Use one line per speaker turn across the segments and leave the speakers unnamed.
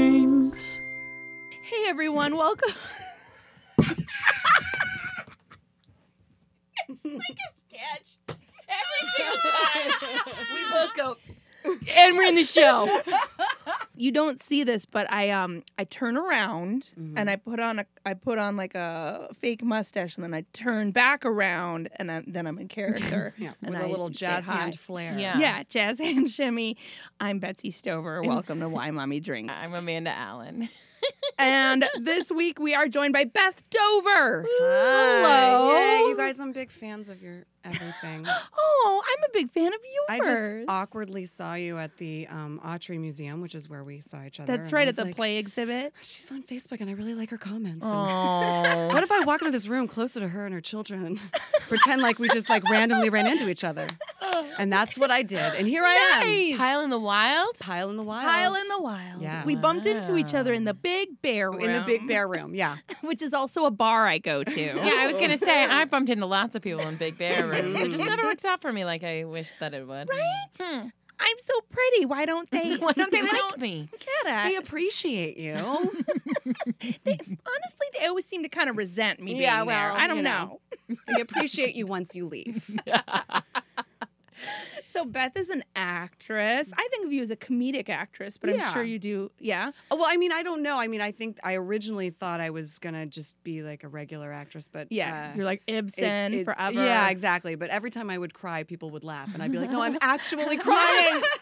Thanks.
Hey everyone, welcome.
sketch every single time.
We both go, and we're in the show.
You don't see this, but I um I turn around
Mm-hmm.
And
and I put on a I put on like a fake mustache and then I turn back around and I'm, then I'm in character.
yeah,
and
with a
I
little
say
jazz
hi.
hand flair.
Yeah.
yeah, jazz and shimmy. I'm Betsy Stover. Welcome to Why Mommy Drinks.
I'm Amanda Allen.
and this week we are joined by Beth Dover.
Hi.
Hello.
Yay, you guys, I'm big fans of your everything.
Oh, I'm a big fan of yours.
I just awkwardly saw you at the um, Autry Museum, which is where we saw each other.
That's
and I
right
was
at the
like,
play exhibit.
She's on Facebook, and I really like her comments. and-
Oh,
What if I walk into this room closer to her and her children, pretend like we just like randomly ran into each other, and that's what I did. And here I am,
Nice.
Pile in the Wild.
pile in the wild,
Pile in the wild.
Yeah.
We bumped into each other in the
Wow.
Big Bear
in the big
Room,
bear room. Yeah,
which is also a bar I go to.
Yeah, I was gonna say I bumped into lots of people in Big Bear Room. It just
Mhm.
never works out for me like I wish that it would.
Right?
Hmm.
I'm so pretty. Why don't they?
Why don't they
I
like
don't
me?
get
we
it.
appreciate you.
Honestly, they always seem to kind of resent me being
Yeah, well,
there. I don't
you know.
know.
we appreciate you once you leave.
So Beth is an actress. I think of you as a comedic actress, but I'm
Yeah.
sure you do. Yeah.
Well, I mean, I don't know. I mean, I think I originally thought I was gonna just be like a regular actress, but
Yeah.
uh,
You're like
it-
Ibsen
it-
forever.
Yeah, exactly. But every time I would cry, people would laugh, and I'd be like, "No, I'm actually crying."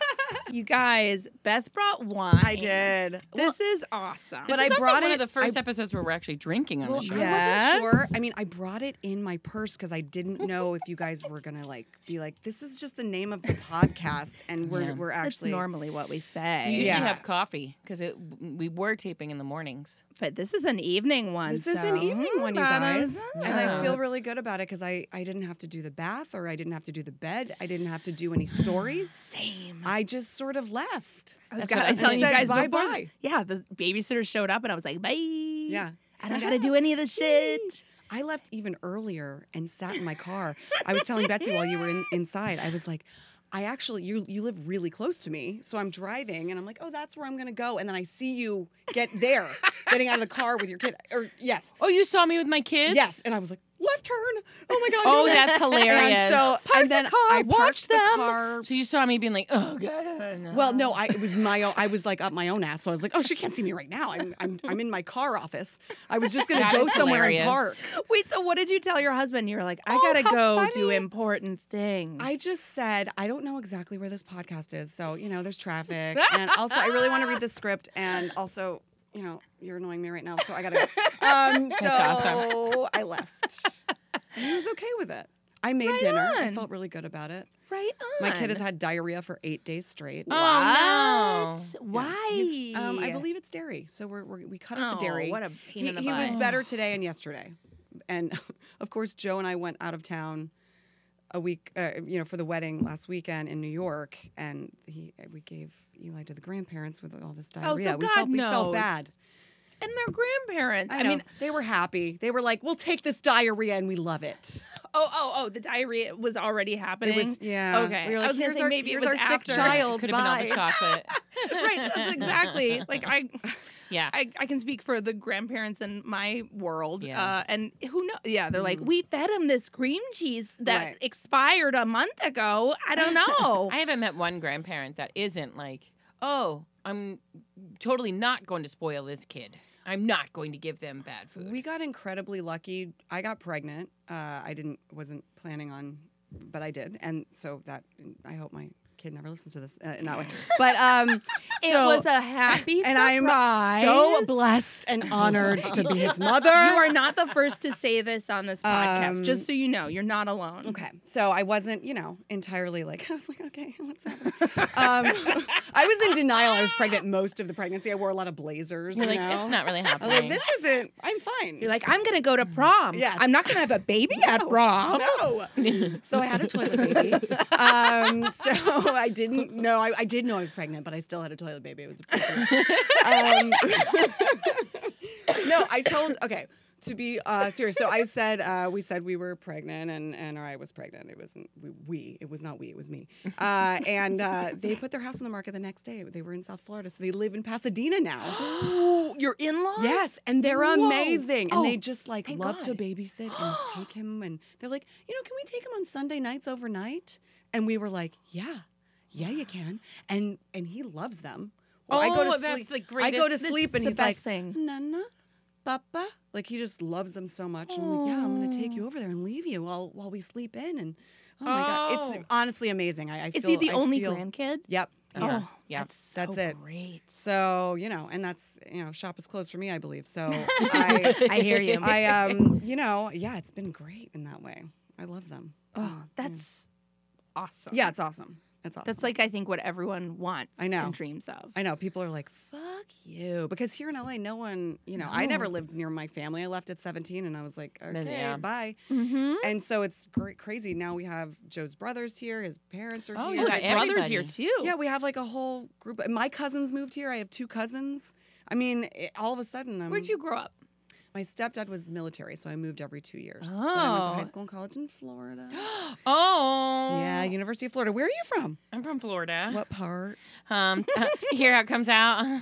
You guys, Beth brought wine.
I did. Well,
This is awesome.
But
This
I
is also
brought
one
it-
of the first episodes where we're actually drinking on
Well,
the
I
show.
yeah.
wasn't
Yes.
sure. I mean, I brought it in my purse because I didn't know if you guys were gonna like be like, "This is just the name of the podcast," and we're
Yeah.
we're
That's
actually
normally what we
You
say.
usually
Yeah.
have coffee because we were taping in the mornings.
But this is an evening one.
This is an
so-
evening one, you
Ba-da-za.
guys. And I
Yeah.
feel really good about it because I, I didn't have to do the bath or I didn't have to do the bed. I didn't have to do any stories.
Same.
I just sort of left.
I
That's
was
what
gonna-
I
I was telling you
said,
guys
"Bye,
before.
bye."
Yeah, the babysitter showed up and I was like, bye.
Yeah.
I don't gotta do any of the shit.
I left even earlier and sat in my car. I was telling Betsy while you were in, inside, I was like, I actually, you you live really close to me, so I'm driving, and I'm like, oh, that's where I'm gonna go, and then I see you get there, getting out of the car with your kid, or yes,
Oh, you saw me with my kids?
yes, and I was like, left turn, oh my god,
Oh,
you're
that's hilarious.
And so, and then
car,
I
watch
parked the
them.
car.
So you saw me being like, oh god. uh,
Well, no, I it was my own, I was like up my own ass, so I was like, oh, she can't see me right now. I'm I'm, I'm in my car office. I was just gonna
That
go
is
somewhere
hilarious.
and park.
Wait, so what did you tell your husband? You were like, I
Oh,
gotta
how
go
funny.
do important things.
I just said I don't know exactly where this podcast is, so you know there's traffic, and also I really want to read the script, and also you know you're annoying me right now, so I gotta. Go. Um, so
That's
I left. And he was okay with it. I made
Right
dinner. I
on.
felt really good about it.
right on.
My kid has had diarrhea for eight days straight.
Oh, no.
What?
Yeah.
Why?
He's- Um, I believe it's dairy, so we're, we're we cut
oh,
out the dairy.
What a pain
he,
in the
he
butt.
was better today and yesterday and of course joe and i went out of town a week uh, you know for the wedding last weekend in new york and he uh, we gave eli to the grandparents with all this diarrhea
Oh, so
we
God
felt we felt
knows.
bad
and their grandparents.
I,
I,
know.
mean,
they were happy they were like we'll take this diarrhea and we love it
oh, oh, oh, the diarrhea was already happening.
it was yeah
Okay.
we were
I
like
was gonna
here's
say
our,
maybe it
here's
was
our
after.
sick
Yeah,
child
Could have been all the
bye
chocolate.
right, that's exactly. Like I,
Yeah.
I, I can speak for the grandparents in my world.
Yeah.
Uh, and who knows? Yeah, they're like,
Mhm.
we fed him this cream cheese that
Right.
expired a month ago. I don't know.
I haven't met one grandparent that isn't like, oh, I'm totally not going to spoil this kid. I'm not going to give them bad food.
We got incredibly lucky. I got pregnant. Uh, I didn't wasn't planning on, but I did, and so that I hope my kid never listens to this uh, in that way. But um,
it
so-
was a happy
and I'm
surprise.
so blessed and honored to be his mother.
You are not the first to say this on this podcast.
Um,
just so you know, you're not alone.
Okay, so I wasn't, you know, entirely like I was like, okay, what's happening? Um, I was in denial. I was pregnant most of the pregnancy. I wore a lot of blazers.
You're
you
like,
know?
it's not really
I
happening.
was like, this isn't. I'm fine.
You're like, I'm gonna go to prom.
Yes.
I'm not gonna have a baby at
No.
prom.
no. So I had a toilet baby. Um, so I didn't know. I, I did know I was pregnant, but I still had a toilet baby. It was a um, no. I told. Okay. to be uh, serious, so I said uh, we said we were pregnant, and and or I was pregnant. It wasn't we. we it was not we. It was me. Uh, and uh, they put their house on the market the next day. They were in South Florida, so they live in Pasadena now.
Ooh, your in-laws?
yes, and they're
Whoa.
amazing, and
Oh,
they just like
thank
love to
God.
babysit and take him. And they're like, you know, can we take him on Sunday nights overnight? And we were like, yeah, yeah, you can. And and he loves them. Well, I go
Oh,
to
that's
sleep.
the
I
greatest.
go to
This
sleep,
It's
and
the
he's
best
like,
thing.
Nana, Papa. Like he just loves them so much. And I'm like, yeah, I'm gonna take you over there and leave you while while we sleep in. And oh my god,
Oh.
it's honestly amazing. I, I
Is
feel
he the
I
only
feel-
grandkid?
Yep.
Oh,
yes.
yeah.
That's
so
it.
Great.
So you know, and that's you know, shop is closed for me, I believe. So I,
I hear you.
I um, you know, yeah, it's been great in that way. I love them.
Oh,
yeah.
that's awesome.
yeah, it's awesome. It's awesome.
That's like I think what everyone wants.
I know.
And dreams of.
I know people are like, "Fuck you," because here in LA, no one, you know, I
No.
never lived near my family. I left at 17, and I was like,
Then,
"Okay,
yeah.
bye."
mm-hmm.
And so it's gr- crazy. Now we have Joe's brothers here. His parents are
Oh,
here.
you got
It's like-
everybody.
brother's here too.
yeah, we have like a whole group. and My cousins moved here. I have two cousins. I mean, it, all of a sudden, I'm,
Where'd you grow up?
My stepdad was military, so I moved every two years. Then I went to high
Oh.
school and college in Florida.
oh.
yeah, University of Florida. Where are you from?
I'm from Florida.
What part?
Um, here how it comes out.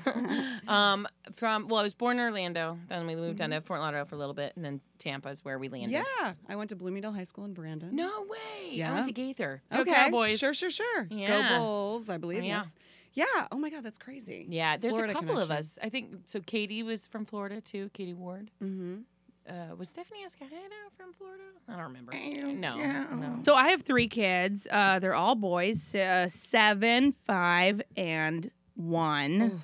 um, from well, I was born in Orlando. Then we moved down to Fort Lauderdale for a little bit, and then Tampa is where we landed.
Mm-hmm. Yeah, I went to Bloomingdale High School in Brandon.
No way. I
Yeah.
went to Gaither. Go
Okay.
Cowboys.
Sure, sure, sure.
Yeah.
Go Bulls, I believe.
Yeah.
Yes. Yeah. Oh my God, that's crazy.
Yeah. There's
Florida
a couple of
connection.
us. I think so. Katie was from Florida too. Katie Ward.
Mm-hmm.
Uh, was Stephanie Escajeda from Florida? I don't remember.
don't
No.
know.
No.
So I have three kids. Uh, they're all boys, uh, seven, five, and one.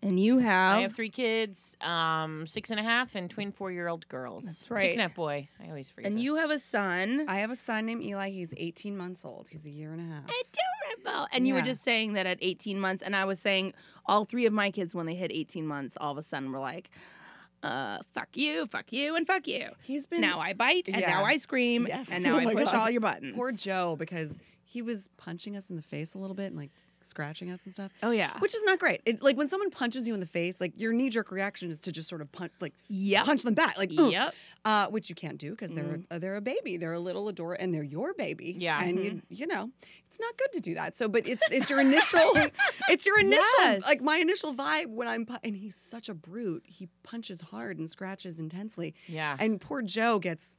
And you Oh. have,
I have three kids, um, six and a half, and twin four-year-old girls.
That's
Six
right.
and a half boy. I always forget.
and
that.
you have a son.
I have a son named Eli. He's 18 months old. He's a year and a half.
I do remember. And you were
Yeah.
just saying that at 18 months, and I was saying all three of my kids when they hit 18 months, all of a sudden were like, uh, fuck you, fuck you, and fuck you.
He's been
Now I bite, and now
Yeah.
I scream,
Yes.
and now
Oh
I
my
push
God.
all your buttons.
poor Joe because he was punching us in the face a little bit and like scratching us and stuff,
oh yeah,
which is not great. It, like when someone punches you in the face, like your knee jerk reaction is to just sort of punch, like
yep,
punch them back, like "Ugh,"
yep.
uh, which you can't do because they're
Mm.
uh, they're a baby, they're a little adora, and they're your baby.
Yeah.
and you
Mm-hmm.
you know it's not good to do that. So, but it's it's your initial, it's your initial
Yes.
like my initial vibe when I'm pu- and he's such a brute. He punches hard and scratches intensely,
Yeah.
and poor Joe gets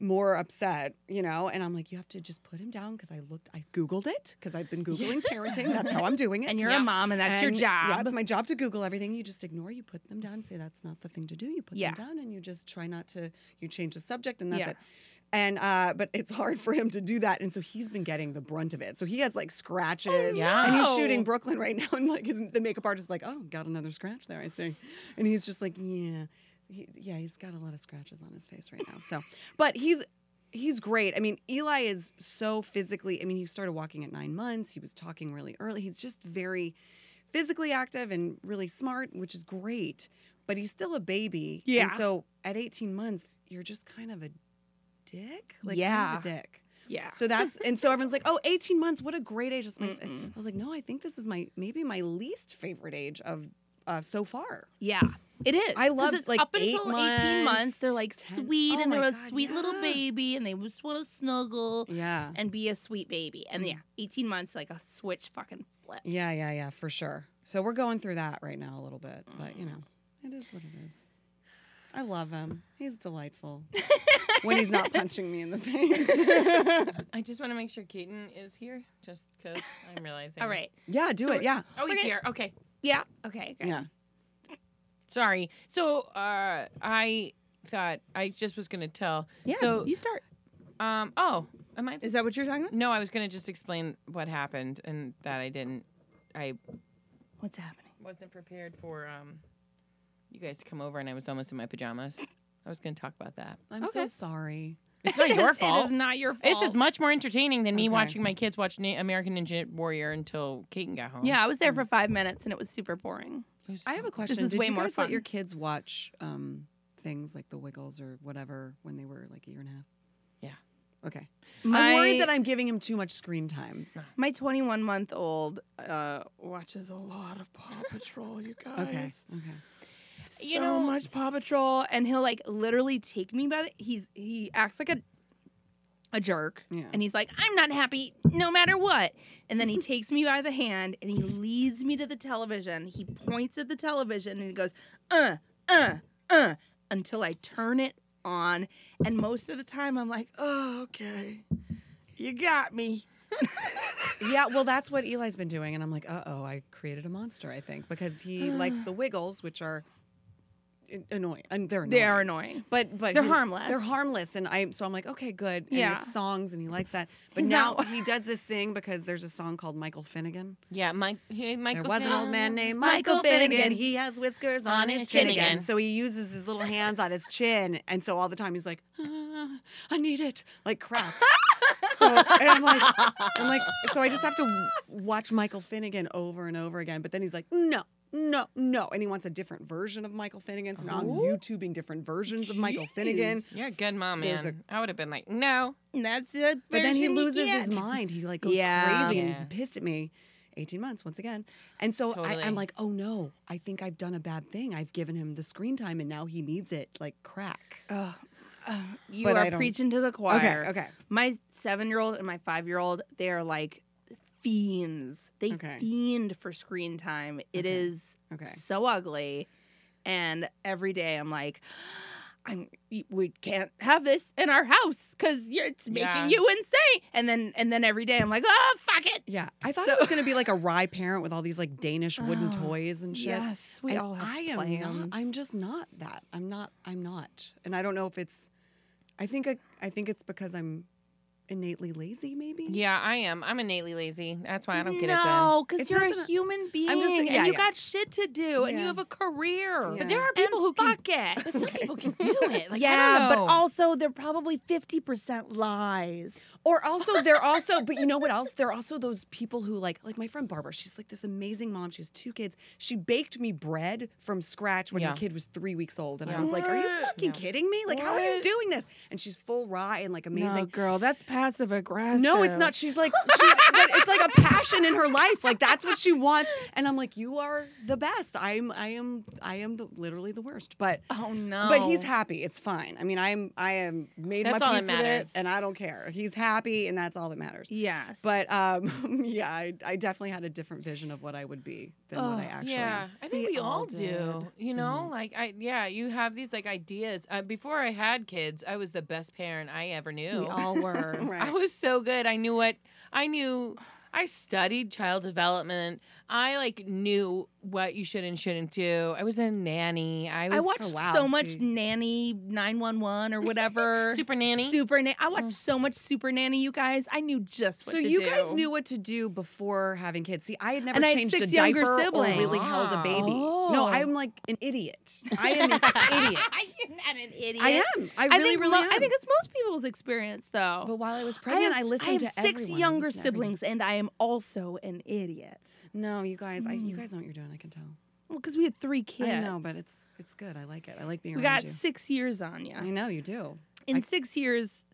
more upset, you know. And I'm like, you have to just put him down because I looked, I googled it because I've been googling parenting. That's how I'm doing it.
And you're
Yeah.
a mom, and that's your
And,
job.
Yeah, that's my job to Google everything. You just ignore. You put them down. and Say that's not the thing to do. You put
Yeah.
them down, and you just try not to. You change the subject, and that's
Yeah.
it. And uh, but it's hard for him to do that, and so he's been getting the brunt of it. So he has like scratches.
Oh,
Yeah.
And he's
no.
shooting Brooklyn right now, and like his, the makeup artist is like, "Oh, got another scratch there, I see," and he's just like, "Yeah, he, yeah, he's got a lot of scratches on his face right now." So, but he's he's great. I mean, Eli is so physically. I mean, he started walking at nine months. He was talking really early. He's just very physically active and really smart, which is great. But he's still a baby. And
Yeah.
so at 18 months, you're just kind of a dick. Like kind of a dick.
yeah.
So that's and so everyone's like, "Oh, 18 months, what a great age." That's my f-"
Mm-mm.
I was like, "No, I think this is my maybe my least favorite age of uh, so far."
Yeah, it is.
I
'cause
loved,
it's
like,
up
eight
until
months,
eighteen months. They're like
10
sweet,
oh
and they're
my
a
God,
sweet little
yeah.
baby, and they just want to snuggle
Yeah.
and be a sweet baby. And
Mm.
yeah, eighteen months like a switch fucking flip.
Yeah, yeah, yeah, for sure. So we're going through that right now a little bit, but you know, it is what it is. I love him. He's delightful when he's not punching me in the face.
I just want to make sure Keaton is here, just because I'm realizing.
All right.
yeah, do
So
it. Yeah.
Oh,
We're
he's
gonna-
here. Okay.
Yeah. Okay. Great.
Yeah.
Sorry. So uh, I thought I just was gonna tell.
Yeah.
So-
you start.
Um. Oh, am I?
Is that what you're talking about?
No, I was gonna just explain what happened and that I didn't. I
What's happening?
wasn't prepared for um, you guys to come over, and I was almost in my pajamas. I was gonna talk about that.
I'm so
Okay.
sorry.
It's not your
it
fault.
is not your fault.
This is much more entertaining than me
Okay.
watching my kids watch Na- American Ninja Warrior until Keaton got home.
Yeah, I was there for five minutes and it was super boring.
It was
I
so
have a
good.
question.
is
Did
way
you
more
guys let your
fun.
kids watch um, things like The Wiggles or whatever when they were like a year and a half?
Yeah.
Okay.
My
I'm worried that I'm giving him too much screen time.
my 21 month
Uh,
old uh, watches a lot of Paw Patrol. You guys.
Okay. Okay.
you know much Paw Patrol, and he'll like literally take me by the. He's he acts like a a jerk,
Yeah.
and he's like, "I'm not happy, no matter what." And then he takes me by the hand and he leads me to the television. He points at the television and he goes, "Uh, uh, uh," until I turn it on. And most of the time, I'm like, "Oh, okay, you got me."
yeah, well, that's what Eli's been doing, and I'm like, uh oh, I created a monster, I think, because he likes the Wiggles, which are an- annoying, and they're annoying.
They are annoying.
but but
They're
he-
harmless.
They're harmless, and I so I'm like, okay, good. And
Yeah.
it's songs, and he likes that. But
He's
now
not-
he does this thing because there's a song called Michael Finnegan.
Yeah, Mike. Hey, Michael.
there was an old
Finn.
man named
Michael
Michael, Finnegan.
Finnegan.
He has whiskers on, his, chin again. So he uses his little hands on his chin, and so all the time he's like, "Ah, I need it, like crap. so and I'm like, I'm like, so I just have to w- watch Michael Finnegan over and over again. But then he's like, no. No, no, and he wants a different version of Michael Finnegan. So now I'm
Ooh.
YouTubing different versions of Michael Finnegan.
You're a good mom,
There's
man. I would have been like, no.
And that's it.
But then he loses his mind. He like goes
Yeah.
crazy
Yeah.
and he's pissed at me. 18 months once again. And so I,
Totally.
I'm like, oh no, I think I've done a bad thing. I've given him the screen time and now he needs it like crack.
Oh, you
But I
are
don't-
preaching to the choir.
Okay, okay.
My seven year old and my five year old, they are like fiends. They
Okay.
fiend for screen time. It
Okay.
is
Okay.
so ugly. And every day I'm like, I'm, y- we can't have this in our house because it's making
Yeah.
you insane. And then and then every day I'm like, oh fuck it.
Yeah. I thought
So-
it was gonna be like a wry parent with all these like Danish wooden
Oh,
toys and shit.
Yes, we
And
all have
I am
plans.
not I'm just not that. I'm not I'm not. And I don't know if it's I think I, I think it's because I'm innately lazy, maybe.
Yeah, I am. I'm innately lazy. That's why I don't get it done.
no, because
It's
you're
not
a
that I-
human being
just- yeah,
and you
yeah.
got shit to do and you
Yeah.
have a career.
Yeah.
But there are people
and
who can.
fuck it.
But some people can do it. Like, I
yeah,
don't
but
know.
also they're probably fifty percent lies.
Or also, they're also, but you know what else? They're also those people who like, like my friend Barbara. She's like this amazing mom. She has two kids. She baked me bread from scratch when
Yeah.
her kid was three weeks old, and
Yeah.
I was like, "Are you
What?
fucking
Yeah.
kidding me? Like, how are you
What?
doing this?" And she's full rye and like amazing.
girl, that's passive aggressive.
No, it's not. She's like, she, but it's like a passion in her life. Like that's what she wants. And I'm like, you are the best. I'm, I am, I am the, literally the worst. But,
Oh no.
but he's happy. It's fine. I mean, I'm, I am made
That's all that
my peace with it,
matters.
and I don't care. He's happy, and that's all that matters.
Yes.
But um, yeah, I, I definitely had a different vision of what I would be than what I
Oh,
actually
yeah,
am.
I think
We
we,
all
all Mm-hmm. do. You know, like I yeah, you have these like ideas. Uh, before I had kids, I was the best parent I ever knew.
we all were.
Right.
I was so good. I knew what I knew. I studied child development. I like knew what you should and shouldn't do. I was a nanny. I was
I watched
Oh, wow,
so much
see.
nanny nine one one or whatever.
super nanny.
Super nanny. I watched
Mm.
so much super nanny. You guys, I knew just what
so
to
you
do.
guys knew what to do before having kids. See, I had never
And I had
changed a
six younger
diaper or
siblings.
really held a baby.
Oh.
No, I'm like an idiot. I am an idiot.
You're not an idiot.
I am. I
I
really,
think
really
mo-
am.
I think it's most people's experience though.
but while I was pregnant, I,
have,
listened
have
to
six
everyone. I
younger
listened to everyone.
siblings, and I am also an idiot.
No, you guys, I, you
Mm.
guys know what you're doing. I can tell.
Well, because we had three kids.
I know, but it's it's good. I like it. I like being
we
around
got
you.
six years on you.
I know you do.
In
I-
six years,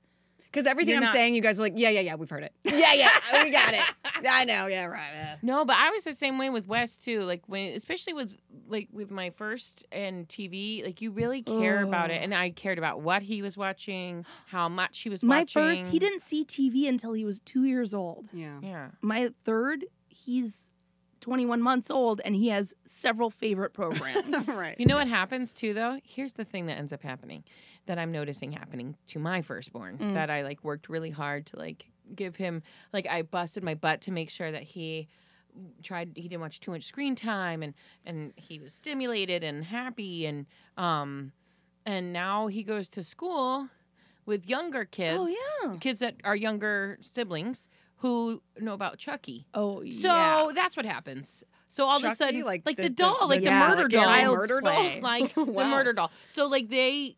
Because everything
You're
I'm
not-
saying, you guys are like, yeah, yeah, yeah, we've heard it. Yeah, yeah, we got it. I know. Yeah, right. yeah.
No, but I was the same way with Wes too. Like when, especially with like with my first and TV, like you really care about it,
Ugh.
and I cared about what he was watching, how much he was
my
watching.
first, he didn't see TV until he was two years old.
Yeah.
Yeah.
My third, he's 21 months old, and he has several favorite programs.
right.
You know what happens too, though? Here's the thing that ends up happening that I'm noticing happening to my firstborn
Mm.
that I like worked really hard to like give him, like, I busted my butt to make sure that he tried he didn't watch too much screen time and and he was stimulated and happy and um and now he goes to school with younger kids
oh yeah.
kids that are younger siblings who know about Chucky
Oh
so
yeah.
that's what happens so all of a
Chucky,
sudden like, the, doll like the
yeah,
murder
scary
doll
child's
murder doll?
play.
like the
Wow.
murder doll. So like they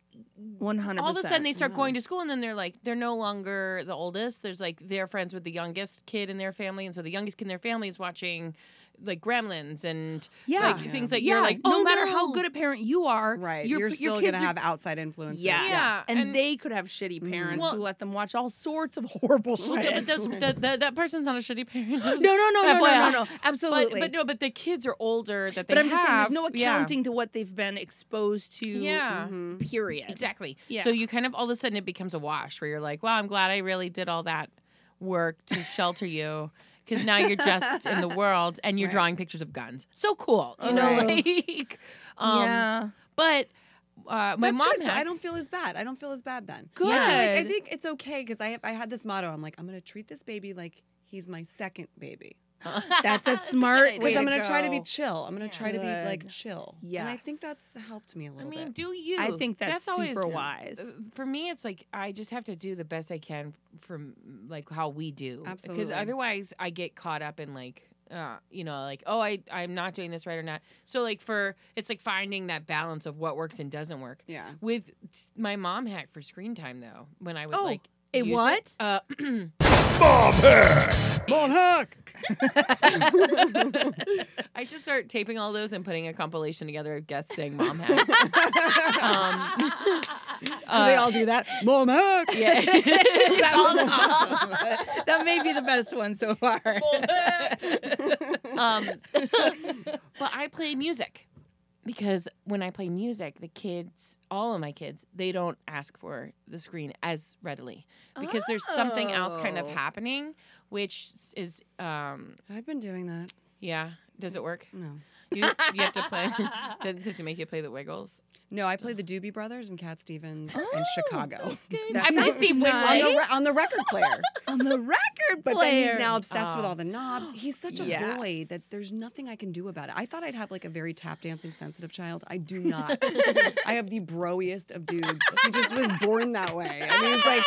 100.
all of a sudden they start
Wow.
going to school and then they're like they're no longer the oldest. There's like they're friends with the youngest kid in their family, and so the youngest kid in their family is watching like Gremlins and
Yeah.
like things like
yeah.
you're like
no
oh,
matter how
no.
good a parent you are,
Right.
your,
You're,
your
still
kids
going to
are-
have outside influences.
Yeah.
yeah
and, they could have shitty
Mhm.
parents
Well-
who let them watch all sorts of horrible shit.
Well, but that's, that, that that person's not a shitty parent.
no, no, no, no, no,
FYI.
no, no.
But,
Absolutely.
but no, but the kids are older that they
But I'm just saying, there's
have.
no
Yeah.
accounting to what they've been exposed to.
Yeah.
Mhm.
Period.
Exactly.
Yeah.
So you kind of all of a sudden it becomes a wash where you're like, wow, I'm glad I really did all that work to shelter you. Because now you're just in the world and you're
Right.
drawing pictures of guns. So cool. You know,
Right.
like. Um,
yeah.
But uh, my
That's
mom
good. So
had.
I don't feel as bad. I don't feel as bad then.
Good.
I, feel like, I think it's okay because I I had this motto. I'm like I'm gonna treat this baby like he's my second baby.
That's a
good
smart
idea.
way
Because
to
I'm gonna try to be
go.
chill. I'm gonna
Yeah.
try to be like
Good.
chill. And I think
Yes.
that's helped me a
I
little
mean,
bit.
do you?
I think that's,
always
super wise.
for me it's like i just have to do the best i can from like how we do because
Absolutely.
otherwise i get caught up in like uh, you know like oh i i'm not doing this right or not so like for it's like finding that balance of what works and doesn't work
Yeah.
with s- my mom hack for screen time though when i was
Oh,
like
A
use it,
what?
uh
Mom hack!
Mom hack.
i should start taping all those and putting a compilation together of guests saying mom hack um
do they
uh,
all do that? Mom hack.
yeah
that, was
awesome.
awesome. that may be the best one so far.
um, but I play music because when I play music, the kids, all of my kids, they don't ask for the screen as readily because there's something else kind of
Oh.
happening, which is, um,
I've been doing that.
yeah. Does it work?
No.
You, you have to play. does, does it make you play the Wiggles?
No, I played the Doobie Brothers and Cat Stevens in Chicago.
I play
sounds
Steve
On
Wiggles.
nice.
the, re- on the record player.
on the record
But
player.
then he's now obsessed with
Oh.
all the knobs. He's such a boy
Yes.
that there's nothing I can do about it. I thought I'd have like a very tap dancing sensitive child. I do not. I have the broiest of dudes. He just was born that way. I mean, he's like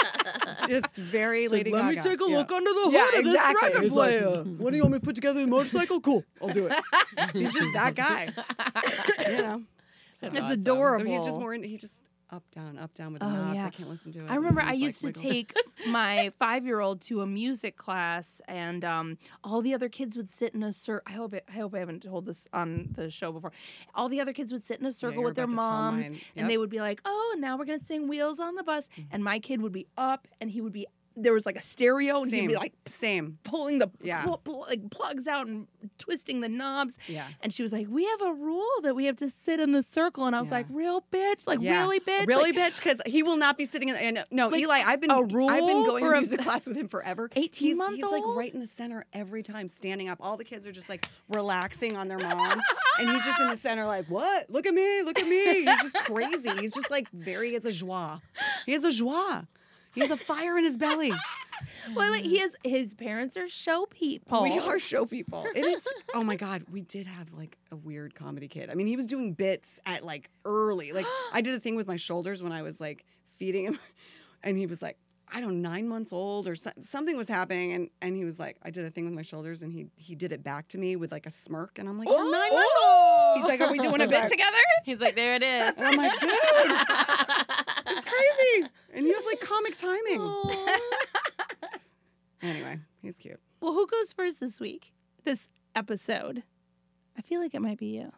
just very Lady
Let
Gaga.
me take a
Yeah.
look under the hood
Yeah,
of this
exactly.
record
He's like,
player.
What do you want me to put together the motorcycle? Cool, I'll do it. He's just that guy, you know.
That's
That's
awesome.
So
adorable.
he's just more. In, he just up down up down with the
Oh,
knobs.
yeah.
I can't listen to it.
I remember
Mm-hmm. He's,
I
like,
used to
wiggle.
take my five year old to a music class, and um, all the other kids would sit in a circle. I hope it, I hope I haven't told this on the show before. All the other kids would sit in a
Yeah,
circle
you're
with their
about to tell
moms,
mine. Yep. Mm-hmm.
and they would be like, "Oh, now we're gonna sing Wheels on the Bus," and my kid would be up, and he would be there was like a stereo, and he'd be
Same.
like
same.
pulling the
Yeah.
pl- pl- like plugs out and twisting the knobs.
Yeah.
And she was like, "We have a rule that we have to sit in the circle," and I was
Yeah.
like, "Real bitch, like
Yeah.
really bitch,
Really, bitch, because he will not be sitting in. The, and no,
Like,
Eli, I've been
a
I've been
rule
going
for
to
a-
music class with him forever.
eighteen
He's,
months
he's
old."
like right in the center every time, standing up. All the kids are just like relaxing on their mom, and he's just in the center, like, "What? Look at me! Look at me!" He's just crazy. He's just like very as a joie. He is a joie. He has a fire in his belly.
Well, like, he is.
Mm-hmm.
His parents are show people.
We are show people. It is. Oh my God, we did have like a weird comedy kid. I mean, he was doing bits at like early. Like I did a thing with my shoulders when I was like feeding him, and he was like, I don't know, nine months old or so, something was happening, and and he was like, I did a thing with my shoulders, and he he did it back to me with like a smirk, and I'm like, you're nine months old. "Oh." He's like, are we doing a bit together?
He's like, there it is.
And I'm like, dude, it's crazy. And you have like comic timing.
Oh.
Anyway, he's cute.
Well, who goes first this week? This episode. I feel like it might be you.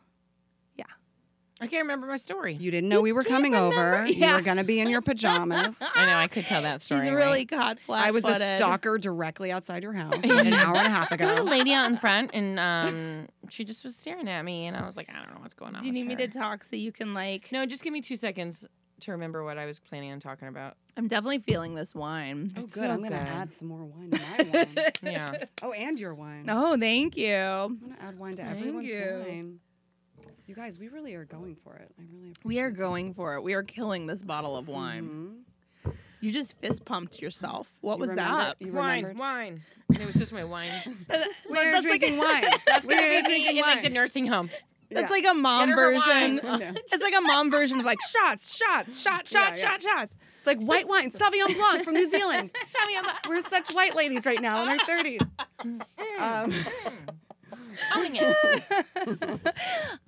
I can't remember my story.
You didn't know we were
can't
coming over.
remember-
You
Yeah.
were gonna be in your pajamas.
I know I could tell that story.
She's
right?
really caught flat.
I was a stalker directly outside your house an hour and a half
There was a
ago.
lady out in front, and um, she just was staring at me, and I was like, I don't know what's going on.
Do you
with
need me to
her.
talk so you can like?
no, just give me two seconds to remember what I was planning on talking about.
I'm definitely feeling this wine.
Oh,
It's
good.
so
I'm gonna
good.
add some more wine to my wine.
Yeah.
Oh, and your wine.
No, thank you.
I'm gonna add wine to
Thank
everyone's
you.
wine. You guys, we really are going for it. I really.
We are going for it. We are killing this bottle of wine.
Mhm.
You just fist pumped yourself. What
You
was
remember-
that?
You
wine,
remembered.
wine. It was just my wine.
We are drinking wine.
That's
We
gonna
are
be me
drinking
in like the
wine.
nursing home.
That's
Yeah.
like a mom
Get her her
version.
wine.
Yeah.
It's like a mom version of like shots, shots, shot,
Yeah,
shot,
yeah.
shot, shots.
It's like white wine, Sauvignon Blanc from New Zealand. Sauvignon Blanc. We're such white ladies right now in our thirties.
Mm.
Um,
Owning it.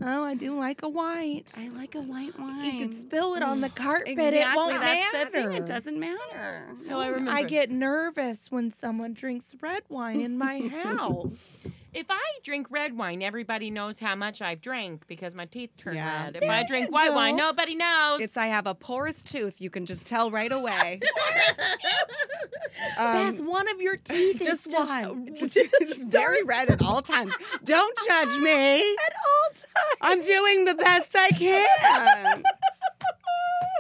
oh, I do like a white.
I like a white wine.
You can spill it on the carpet.
Mm, exactly.
it won't
that's
matter.
the thing. It doesn't matter.
So I remember.
Um,
I get nervous when someone drinks red wine in my house.
If I drink red wine, everybody knows how much I've drank because my teeth turn
Yeah.
red. If I
There
drink
you
white wine,
go.
nobody knows.
It's I have a porous tooth. You can just tell right away. Um,
Beth, one of your teeth is
just one. Just,
Just,
just very red at all times. Don't judge me. At all times. I'm doing the best I can.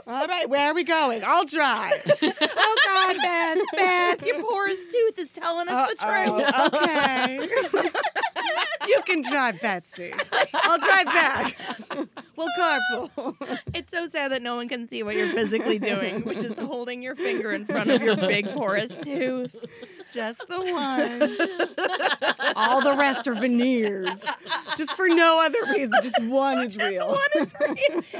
all right, where are we going? I'll drive.
oh God, Beth, Beth, your porous tooth is telling us the truth.
Uh-oh, Okay. you can drive, Betsy. I'll drive back. We'll carpool.
It's so sad that no one can see what you're physically doing, which is holding your finger in front of your big porous tooth.
Just the one. All the rest are veneers. Just for no other reason. Just one is real.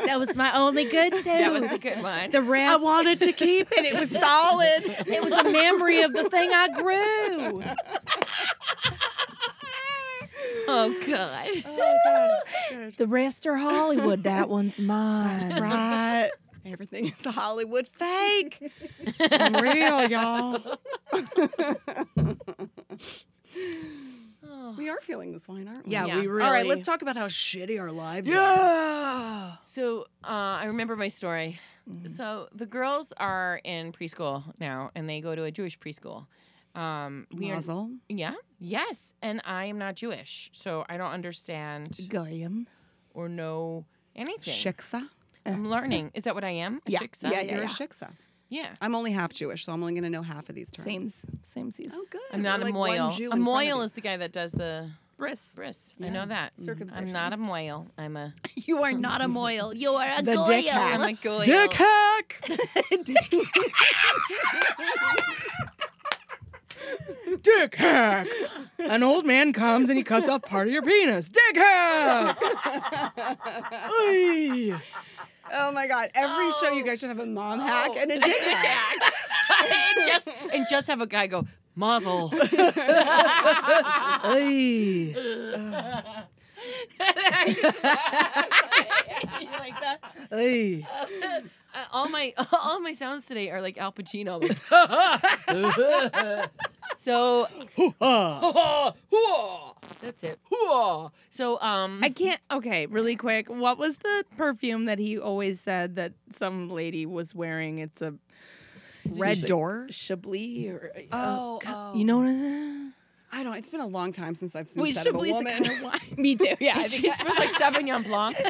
That was my only good tooth.
that was a good one.
the
I
rest.
wanted to keep it. It was solid.
it was a memory of the thing I grew.
oh God.
Oh, God. Good.
The rest are Hollywood. That one's mine.
That's right. Everything is a Hollywood fake. I'm real, y'all.
Oh.
we are feeling this wine, aren't we?
Yeah,
Yeah.
we really.
All right, let's talk about how shitty our lives are.
Yeah.
So uh, I remember my story.
Mm-hmm.
So the girls are in preschool now, and they go to a Jewish preschool. Um, we are,
Mazel.
yeah, yes, and I am not Jewish, so I don't understand
Goyim.
or know anything.
Shiksa.
I'm learning. Is that what I am? A
Yeah.
shiksa?
Yeah, yeah,
You're
yeah.
a shiksa.
Yeah.
I'm only half Jewish, so I'm only going to know half of these terms.
Same, same season.
Oh, good.
I'm not a
We're like one
moil.
Jew
A
in front of
moil
you.
is the guy that does the
Bris.
bris. I
Yeah.
know that. Mm-hmm. I'm
Circumcision.
not a moil. I'm a
You are not a moil. You are a
The
goyim.
dick hat.
I'm a goil.
Dick hack!
dick hack. An old man comes and he cuts off part of your penis. Dick hack.
Oh my god! Every show you guys should have a mom hack and a dick hack.
and just and just have a guy go mazel.
like that.
Uh, all my all my sounds today are like Al Pacino. like, so that's it. So um,
I can't. Okay, really quick. What was the perfume that he always said that some lady was wearing? It's a
Red door.
Chablis or
Oh,
co-
oh.
you know what? I'm
I don't. It's been a long time since I've seen
Wait,
that of a
Chablis
woman.
kind of wine. Me too. Yeah, I
She smells like Sauvignon Blanc.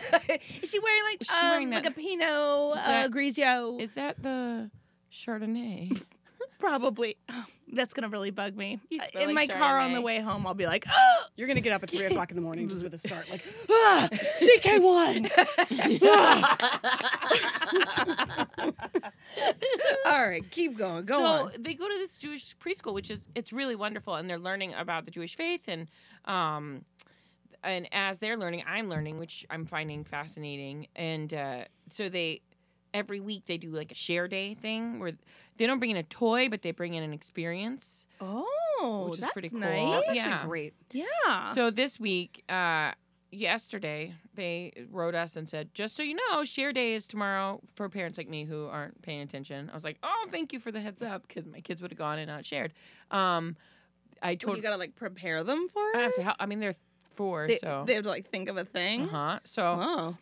Is she wearing like
Is she wearing
um,
that-
like a Pinot
Is
uh,
that-
Grigio?
Is that the Chardonnay?
Probably. Oh, that's gonna really bug me.
You
Uh,
smell
In my
like
car on the
Chardonnay.
way home, I'll be like, oh,
You're gonna get up at three o'clock in the morning just with a start, like ah, CK one. Ah!
all right, keep going, Oh, go
so oh,
on.
they go to this Jewish preschool, which is it's really wonderful, and they're learning about the Jewish faith, and um, and as they're learning, I'm learning, which I'm finding fascinating, and uh, so they every week they do like a share day thing where they don't bring in a toy, but they bring in an experience.
Oh,
Which is
that's
pretty cool.
nice.
That's actually
Yeah.
great.
Yeah.
So this week, uh, yesterday, they wrote us and said, just so you know, share day is tomorrow for parents like me who aren't paying attention. I was like, oh, thank you for the heads up because my kids would have gone and not shared. Um, I
What,
told
you gotta like prepare them for it.
I have to help. I mean, they're four,
they,
so
they have to like think of a thing.
uh huh. So
Oh,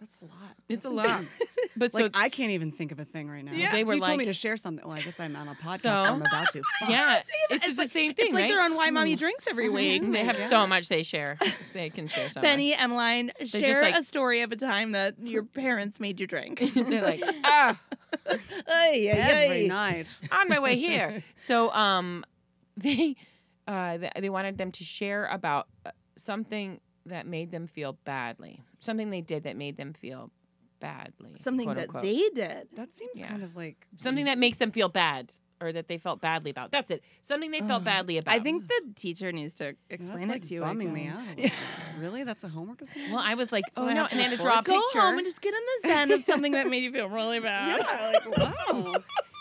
That's a lot.
it's a
That's
lot,
intense.
but so
like I can't even think of a thing right now.
Yeah.
They
If
were
you told me
like-
to share something. Well, I guess I'm on a podcast.
So-
I'm about to. Fuck.
yeah, it's, just
like-
the same
it's
thing,
like
right? Mm-hmm.
they're on Why Mommy Drinks every week.
they have
Yeah.
so much they share. They can share so
Benny, Emmeline,
just,
share
like-
a story of a time that your parents made you drink.
much. they're like, ah,
Ay, ay,
Every
ay.
night.
on my way here. So um, they uh, th- they wanted them to share about uh, something that made them feel badly, something they did that made them feel badly,
Something
quote,
that
unquote.
they did.
That seems
Yeah.
kind of like
something that makes them feel bad or that they felt badly about. That's it. Something they felt
Ugh.
badly about.
I think the teacher needs to
Yeah,
explain
that's
it
like
to you. I
Bumming me
guess.
out. a
Yeah.
little. really? That's a homework assignment.
Well, I was like,
what
oh
I
no,
have to
and I had
look
to draw a
forward
Go
picture.
home and just get in the zen of something that made you feel really bad.
yeah, like wow.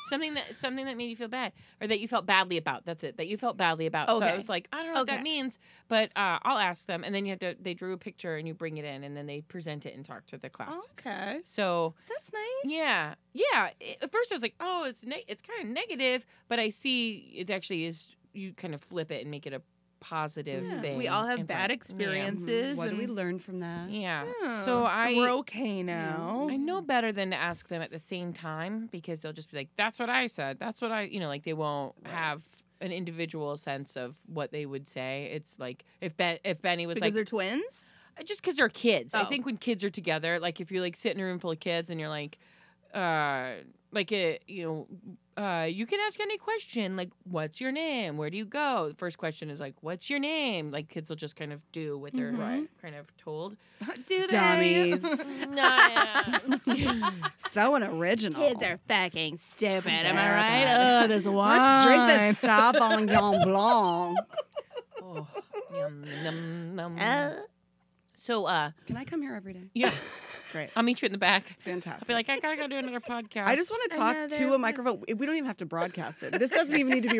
something that something that made you feel bad or that you felt badly about. That's it. That you felt badly about. So
Okay.
I was like, I don't know what
Okay.
that means, but uh, I'll ask them. And then you have to. They drew a picture and you bring it in, and then they present it and talk to the class.
Oh. Okay,
So
that's nice.
yeah, yeah. I- At first I was like, oh, it's ne- it's kind of negative, but I see it actually is. You kind of flip it and make it a positive
Yeah.
thing.
We all have
and
bad
fun.
experiences.
What do we
and-
learn from that?
Yeah. yeah.
Yeah.
So I
We're okay now.
I know better than to ask them at the same time because they'll just be like, "That's what I said. That's what I," you know, like they won't have an individual sense of what they would say. It's like if ben, if Benny was
because
like,
they're twins.
just because they're kids. I
Oh.
think when kids are together, like if you like sit in a room full of kids and you're like, uh, like it, you know, uh, you can ask any question. Like, what's your name? Where do you go? The first question is like, what's your name? Like kids will just kind of do what they're
Mhm. Right.
kind of told.
Do
Dummies.
No.
So unoriginal.
Kids are fucking stupid. Am I
Stupid.
right? Oh, there's wine.
Let's drink this Sauvignon Blanc.
oh, yum, yum, yum.
Oh.
So, uh,
Can I come here every day?
yeah,
Great.
I'll meet you in the back. I'll
Fantastic.
be like, I gotta go do another podcast.
I just want to talk
Another
to a
one.
microphone. We don't even have to broadcast it. This doesn't even need to be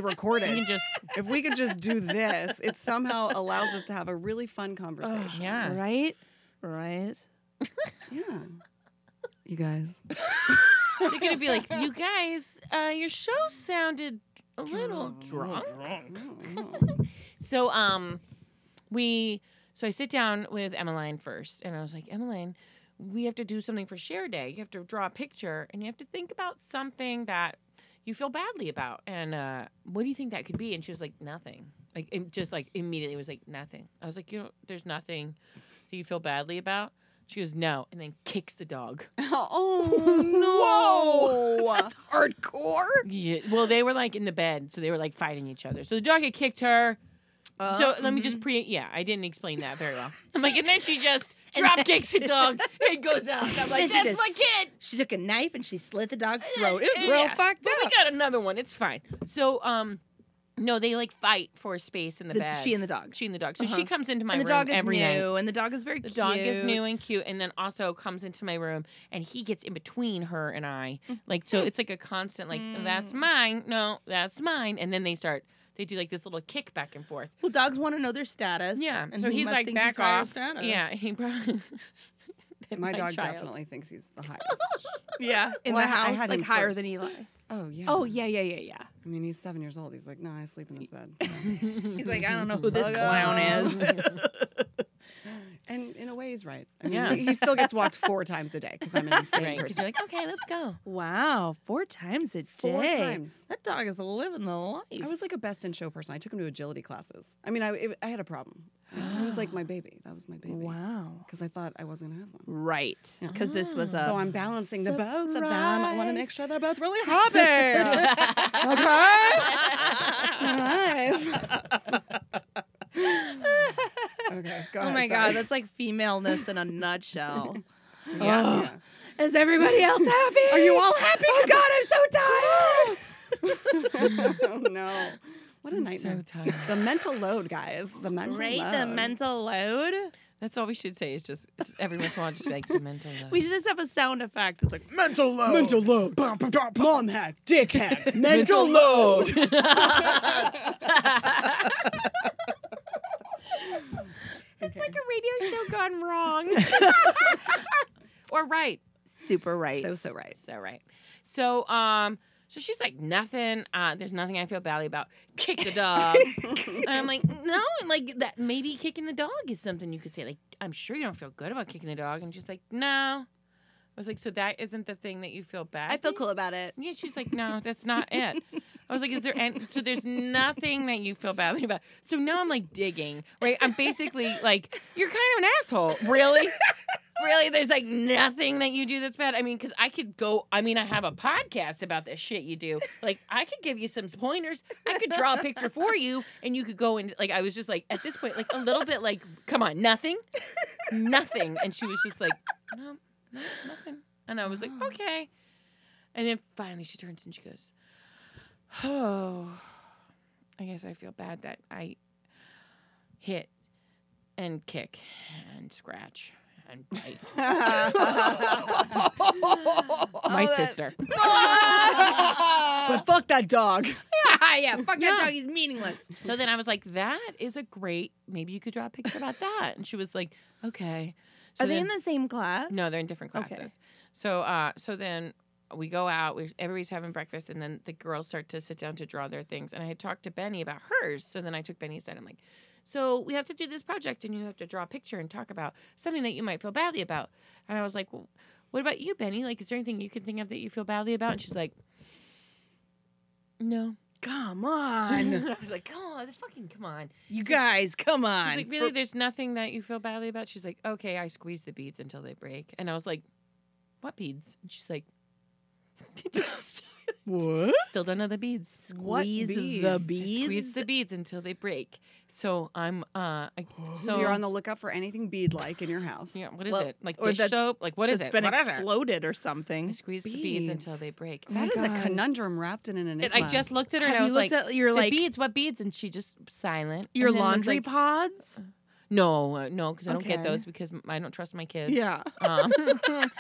recorded.
you can just,
if we could just do this, it somehow allows us to have a really fun conversation.
yeah.
Right? Right?
yeah. You guys.
They're gonna be like, you guys, uh, your show sounded a little drunk. So um, we so I sit down with Emmeline first, and I was like, Emmeline, we have to do something for Share Day. You have to draw a picture, and you have to think about something that you feel badly about. And uh, what do you think that could be? And she was like, nothing. Like it just like immediately was like nothing. I was like, you know, there's nothing that you feel badly about. She goes, no, and then kicks the dog.
Oh no! Whoa! That's hardcore.
Yeah. Well, they were like in the bed, so they were like fighting each other. So the dog had kicked her.
Uh-huh.
so
Uh-huh,
let me
mm-hmm.
just pre. Yeah, I didn't explain that very well. I'm like, and then she just
And
drop
then-
kicks the dog and goes out. I'm like,
Then she
that's
just
my kid.
She took a knife and she slit the dog's throat.
It was real
fucked
But we got another one. It's fine. So um, no, they like fight for space in the, bed.
she and the dog.
she and the dog. So she
Uh-huh.
comes into my
and the
room
dog is
every
new,
night.
and the dog is very
The
cute.
dog is new and cute, and then also comes into my room, and he gets in between her and I. Like, so it's like a constant, like, that's
Mm-hmm. Mm.
mine, no, that's mine. And then they start, they do like this little kick back and forth.
Well, dogs want to know their status.
Yeah.
and
so
he
he's
must
like,
think
back
he's higher
off.
Status.
Yeah. He probably.
My, dog
child.
definitely thinks he's the highest.
yeah. In
Well,
the
I ha- I
house,
had
like
him
higher
first.
than Eli.
oh yeah.
Oh yeah, yeah, yeah, yeah.
I mean, he's seven years old. He's like, no, I sleep in this bed.
He's like, I don't know who this
Bug
clown is.
and in a way, he's right. I mean,
Yeah.
he still gets walked four times a day because I'm an insane
Right. 'cause
person.
you're like, okay, let's go.
Wow, four times a day.
Four times.
That dog is living the life.
I was like a best in show person. I took him to agility classes. I mean, I, it- I had a problem. It was like my baby. That was my baby.
wow.
Because I thought I wasn't gonna have one.
Right.
Yeah.
Because this was a.
So I'm balancing the both of them. I want to make sure they're both really happy.
Oh.
okay. It's my life. okay. Go
oh
ahead,
my
sorry.
god, that's like femaleness in a nutshell.
Yeah,
Ugh.
yeah.
Is everybody else happy?
Are you all happy?
Oh god,
oh no. What a
I'm so
nightmare.
tired.
the mental load, guys.
I'm
The
so
mental
tired. Right,
load.
the mental load.
That's all we should say is just is every once in a while, just be like the mental. load.
We should just have a sound effect. It's like
Mental load.
Mental load. Mom hack, dick hack, mental load.
It's like a radio show gone wrong. or right.
super right.
So so right.
So right. So um so she's like nothing. Uh, there's nothing I feel badly about. Kick the dog, and I'm like, no, like that. Maybe kicking the dog is something you could say. Like, I'm sure you don't feel good about kicking the dog. And she's like, no. I was like, so that isn't the thing that you feel bad. about.
about it.
Yeah, she's like, no, that's not it. I was like, is there any? So there's nothing that you feel badly about. So now I'm like digging, right? I'm basically like, you're kind of an asshole. Really? Really? There's like nothing that you do that's bad. I mean, because I could go, I mean, I have a podcast about the shit you do. Like, I could give you some pointers. I could draw a picture for you, and you could go and, like, I was just like, at this point, like, a little bit like, come on, nothing? Nothing. And she was just like, no, no nothing. And I was like,
Wow.
okay. And then finally she turns and she goes, Oh, I guess I feel bad that I hit and kick and scratch and bite my
that-
sister.
But fuck that dog.
yeah, fuck
Yeah.
that dog. He's meaningless.
So then I was like, That is a great, maybe you could draw a picture about that. And she was like, Okay. So
Are they
then-
in the same class?
No, they're in different
Okay.
classes. So, uh, so then we go out. We everybody's having breakfast, and then the girls start to sit down to draw their things. And I had talked to Benny about hers. So then I took Benny aside. I'm like, So we have to do this project, and you have to draw a picture and talk about something that you might feel badly about. And I was like, well, what about you, Benny? Like, is there anything you can think of that you feel badly about? And she's like, no.
Come
And
on.
I was like, come on, fucking come on.
you guys, come on.
She's like, really? There's nothing that you feel badly about? She's like, okay, I squeeze the beads until they break. And I was like, what beads? And she's like,
What?
still don't know the beads.
What
Squeeze the
beads?
beads.
Squeeze the beads until they break. So I'm, uh, I,
So,
so
you're on the lookout for anything bead-like in your house.
yeah, what is
Well,
it? Like
or
dish
that's-
soap? Like what is
it's
it?
been
Whatever.
exploded or
I
something.
squeeze the beads until they
Beads.
break.
Oh my
That is
God.
a
conundrum wrapped in an
And
enigma.
I just looked at her and I
Have you
was like,
looked at your
the
like
beads, what beads? And she just silent.
your
And then was
laundry
like,
pods?
No, uh, no, because I don't get
Okay.
those because m- I don't trust my kids.
Yeah.
Um,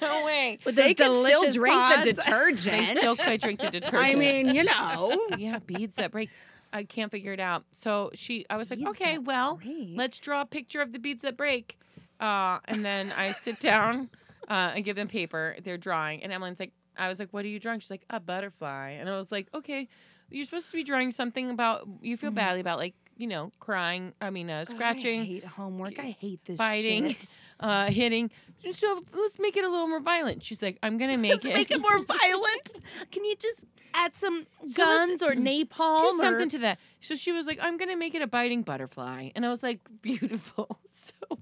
no way.
With those
they can still
delicious
drink the
pods.
They
detergent.
still could drink the detergent.
I mean, you know.
yeah, beads that break. I can't figure it out. So she, I was like,
Beads
okay,
that
well,
Great.
let's draw a picture of the beads that break. Uh, and then I sit down uh, and give them paper. They're drawing. And Emmeline's like, I was like, what are you drawing? She's like, a butterfly. And I was like, okay, you're supposed to be drawing something about, you feel
Mhm.
badly about, like, you know, crying, I mean, uh, scratching
Oh, I hate homework. I hate this
biting.
shit.
uh, hitting. So let's make it a little more violent. She's like, I'm gonna make
Let's
it.
make it more violent. Can you just add some
let's-
guns or napalm
Do something to that. So she was like, I'm gonna make it a biting butterfly, and I was like, beautiful. So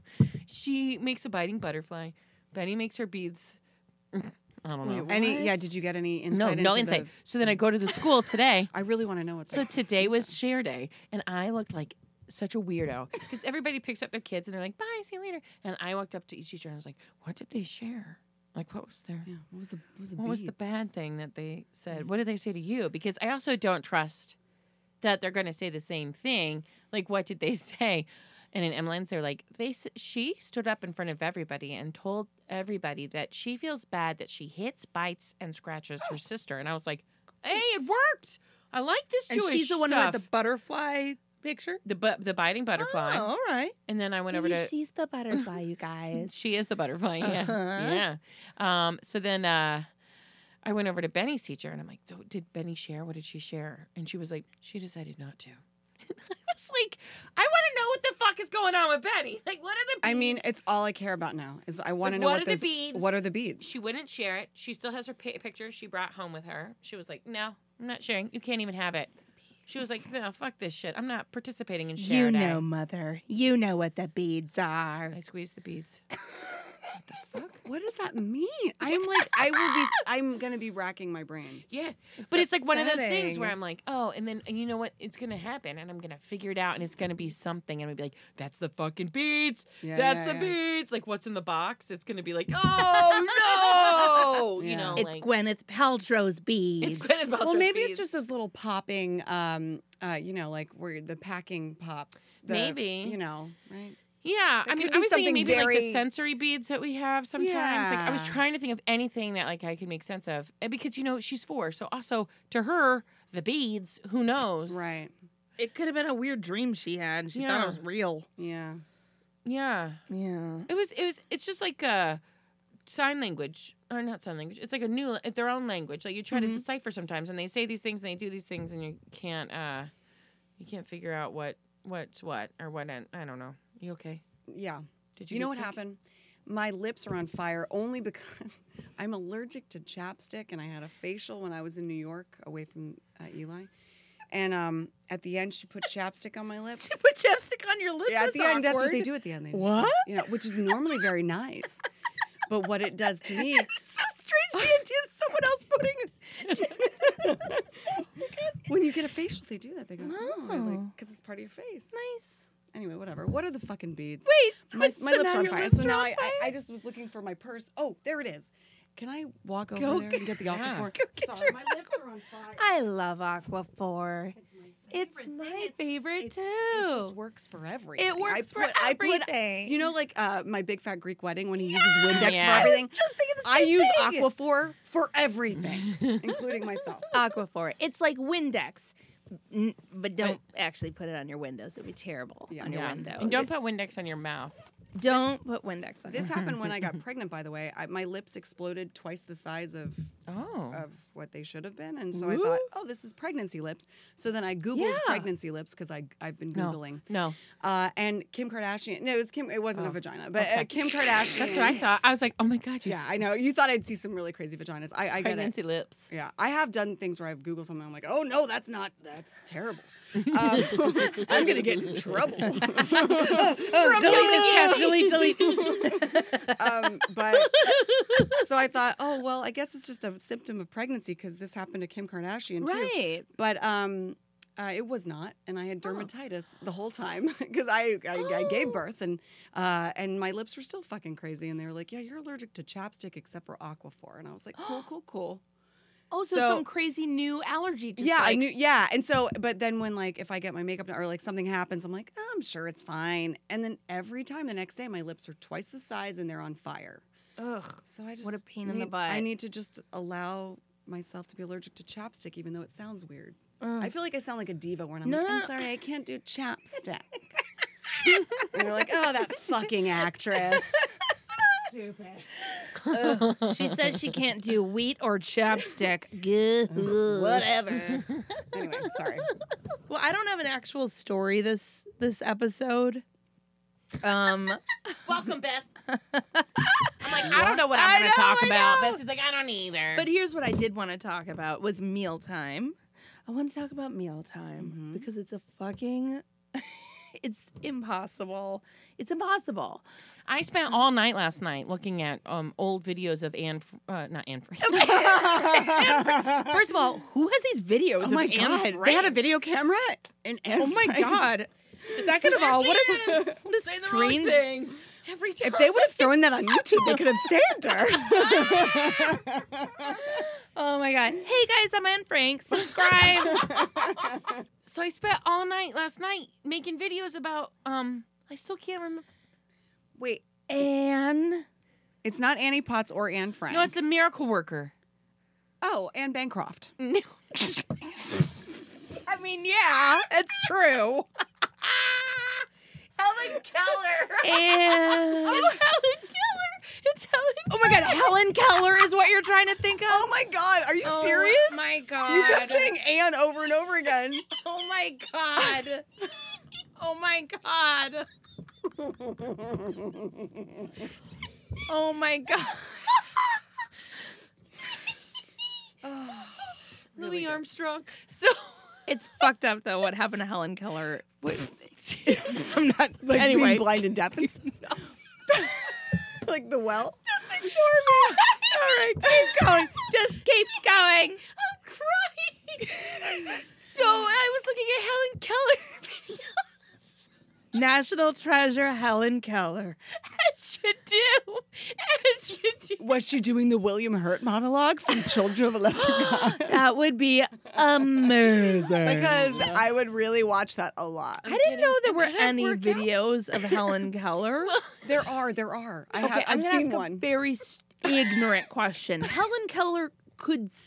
she makes a biting butterfly. Benny makes her beads. I don't know.
Wait,
Any?
What?
Yeah. Did you get any insight?
No, no
into
insight.
the-
So then I go to the school today.
I really want to know what's.
So today was share day, and I looked like such a weirdo because everybody picks up their kids and they're like, "Bye, see you later." And I walked up to each teacher and I was like, "What did they share? Like, what was their?"
Yeah. What was the what was the,
What was the bad
beads?
thing that they said?
Mm.
What did they say to you? Because I also don't trust that they're going to say the same thing. Like, what did they say? And in Emmeline's, they're like, they s- she stood up in front of everybody and told everybody that she feels bad that she hits, bites, and scratches her sister. And I was like, hey, it worked. I like this
And
Jewish
she's the one who had the
stuff.
butterfly picture.
the bu- the biting butterfly.
Oh, all right.
And then I went over
Maybe
to
she's the butterfly, you guys.
She is the butterfly. Yeah.
Uh-huh.
Yeah. Um, so then uh, I went over to Benny's teacher and I'm like, so did Benny share? What did she share? And she was like, she decided not to. I was like, I want to know what the fuck is going on with Benny. Like, what are the
I mean,
beads?
it's all I care about now. Is I want to
Like,
know
what
what
are the
this-
beads?
What are the beads?
she wouldn't share it. She still has her pi picture she brought home with her. She was like, no, I'm not sharing. You can't even have it. She was like, no, fuck this shit. I'm not participating in share
You
day."
know, mother. You know what the beads are.
I squeezed the beads. what the fuck?
What does that mean? I'm like, I will be. I'm gonna be racking my brain.
Yeah. but it's like one of those things where
upsetting.
I'm like, oh, and then and you know what? It's gonna happen, and I'm gonna figure it out, and it's gonna be something, and I'm gonna be like, that's the fucking beats,
Yeah,
that's
yeah,
the
yeah.
beats. Like, what's in the box? It's gonna be like, oh no, you
Yeah.
know,
It's
like,
Gwyneth Paltrow's beads.
it's Gwyneth
Well,
Paltrow's
maybe it's
beads.
just those little popping, um, uh, you know, like where the packing pops. the-
Maybe.
you know, right?
yeah.
There
I mean,
could
I
be
was thinking
something
maybe like the
very-
sensory beads that we have sometimes. Like, I was
Yeah.
trying to think of anything that like I could make sense of, and because you know she's four, so also to her the beads, who knows,
Right.
It could have been a weird dream she had. And she
Yeah.
thought it was real.
Yeah.
Yeah.
Yeah.
It was. It was. It's just like a sign language, or not sign language. It's like a new, their own language. Like you try
Mm-hmm.
Mhm.
to decipher sometimes, and they say these things and they do these things, and you can't. uh You can't figure out what what's what or what. en- I don't know. You okay?
Yeah.
Did
You,
you?
know
get
what
sick?
happened? My lips are on fire only because I'm allergic to chapstick, and I had a facial when I was in New York, away from uh, Eli. And um, at the end, she put chapstick on my lips.
To put chapstick on your lips.
Yeah, at the end, that's what they
awkward.
do at the end. They just-
What?
You know, which is normally very nice, but what it does to me,
It's so strange the idea of someone else putting
when you get a facial, they do that. They go, oh, I like,
Oh.
because it's part of your face.
nice.
Anyway, whatever. What are the fucking beads?
Wait,
my
wait,
my
so
lips
now
are on
your
fire.
lips
so
are
now
on
I, I
fire?
I just was looking for my purse. Oh, there it is. Can I walk over
Go
there
get-
and get the alcohol?
Yeah.
for-
Go get
Sorry,
your-
my lips are on fire.
I love Aquaphor.
It's
It's
my favorite thing.
my
It's-
favorite
it's- It just
too.
works for everything.
It works
I
for
put, I put-
everything.
you know, like uh, my big fat Greek wedding when he uses Windex
Yeah.
for everything.
Just thinking the
I
same
use
thing.
Aquaphor for everything, including myself.
Aquaphor. It's like Windex, N- but don't actually put it on your windows. It would be terrible
Yeah.
on your
Yeah.
windows.
And don't put Windex on your mouth.
Don't put Windex on.
This
it.
happened when I got pregnant, by the way. I, my lips exploded twice the size of
Oh.
of what they should have been, and so I thought, oh, this is pregnancy lips. So then I googled
Yeah.
pregnancy lips because I I've been
No.
googling.
no.
Uh, and Kim Kardashian. No, it was Kim. It wasn't
Oh,
a vagina, but
okay.
uh, Kim Kardashian.
That's what I thought. I was like, oh my God, you
Yeah, I know. You thought I'd see some really crazy vaginas. I, I get it.
pregnancy lips.
Yeah, I have done things where I've Googled something. I'm like, oh no, that's not. That's terrible. Um, I'm gonna get in trouble.
Oh, delete this cash. Delete. Delete.
um, but so I thought, oh well, I guess it's just a symptom of pregnancy because this happened to Kim Kardashian too.
right.
But um, uh, it was not, and I had dermatitis the whole time because I, I, I gave birth and uh, and my lips were still fucking crazy, and they were like, yeah, you're allergic to chapstick except for Aquaphor, and I was like, cool, cool, cool.
Oh, so,
So-
some crazy new allergy. Just
yeah, I
like-
knew. Yeah, and so, but then when like if I get my makeup done or like something happens, I'm like, "Oh, I'm sure it's fine. And then every time the next day, my lips are twice the size and they're on fire.
Ugh.
So I just
What a pain in the
need- I
butt.
need to just allow myself to be allergic to chapstick, even though it sounds weird.
Ugh.
I feel like I sound like a diva when I'm
No,
like,
no,
I'm
no."
sorry, I can't do chapstick. and you're like, oh, that fucking actress.
Ugh. she says she can't do wheat or chapstick. Gah.
Whatever. anyway, sorry.
Well, I don't have an actual story this this episode.
Um,
Welcome, Beth.
I'm like, I don't know what
I
I'm going
know,
to talk
I
about.
know.
Betsy's like, I don't either.
But here's what I did want to talk about was mealtime. I want to talk about mealtime
Mhm.
because it's a fucking it's impossible. It's impossible.
I spent all night last night looking at um old videos of Anne, F- uh, not Anne Frank.
First of all, who has these videos?
oh
of
my
Anne
god, they had a
Frank?
video camera. And
Oh my god. Second of all, what a, what a
Say the wrong
strange
thing every time.
If they would have thrown that on YouTube, they could have saved her.
Oh my god. Hey guys, I'm Anne Frank. Subscribe.
So I spent all night last night making videos about um. I still can't remember.
Wait,
Anne.
it's not Annie Potts or Anne Frank.
No, it's the miracle worker.
oh, Anne Bancroft.
No.
I mean, yeah, it's true.
Helen Keller.
Uh,
Anne.
Oh, Helen Keller. It's Helen.
Oh my god, Helen Keller is what you're trying to think of?
Oh my god, are you serious?
Oh my god.
You kept saying Anne over and over again.
Oh my god. Oh my god. Oh my god.
Louis
Really good.
Armstrong. So
It's fucked up though what happened to Helen Keller. I'm not
like
anyway.
being blind and deaf. And stuff. like the well.
All right, keep going. Just keep going.
so I was looking at Helen Keller video.
National treasure Helen Keller.
As you do. As you do.
Was she doing the William Hurt monologue from Children of a Lesser God?
That would be um, amazing.
because I would really watch that a lot.
I didn't know there were
Good
any
workout.
videos of Helen Keller.
There are, there are. I
okay,
have,
I'm
I've
gonna
seen
ask a
one.
very s- ignorant question. Helen Keller could speak.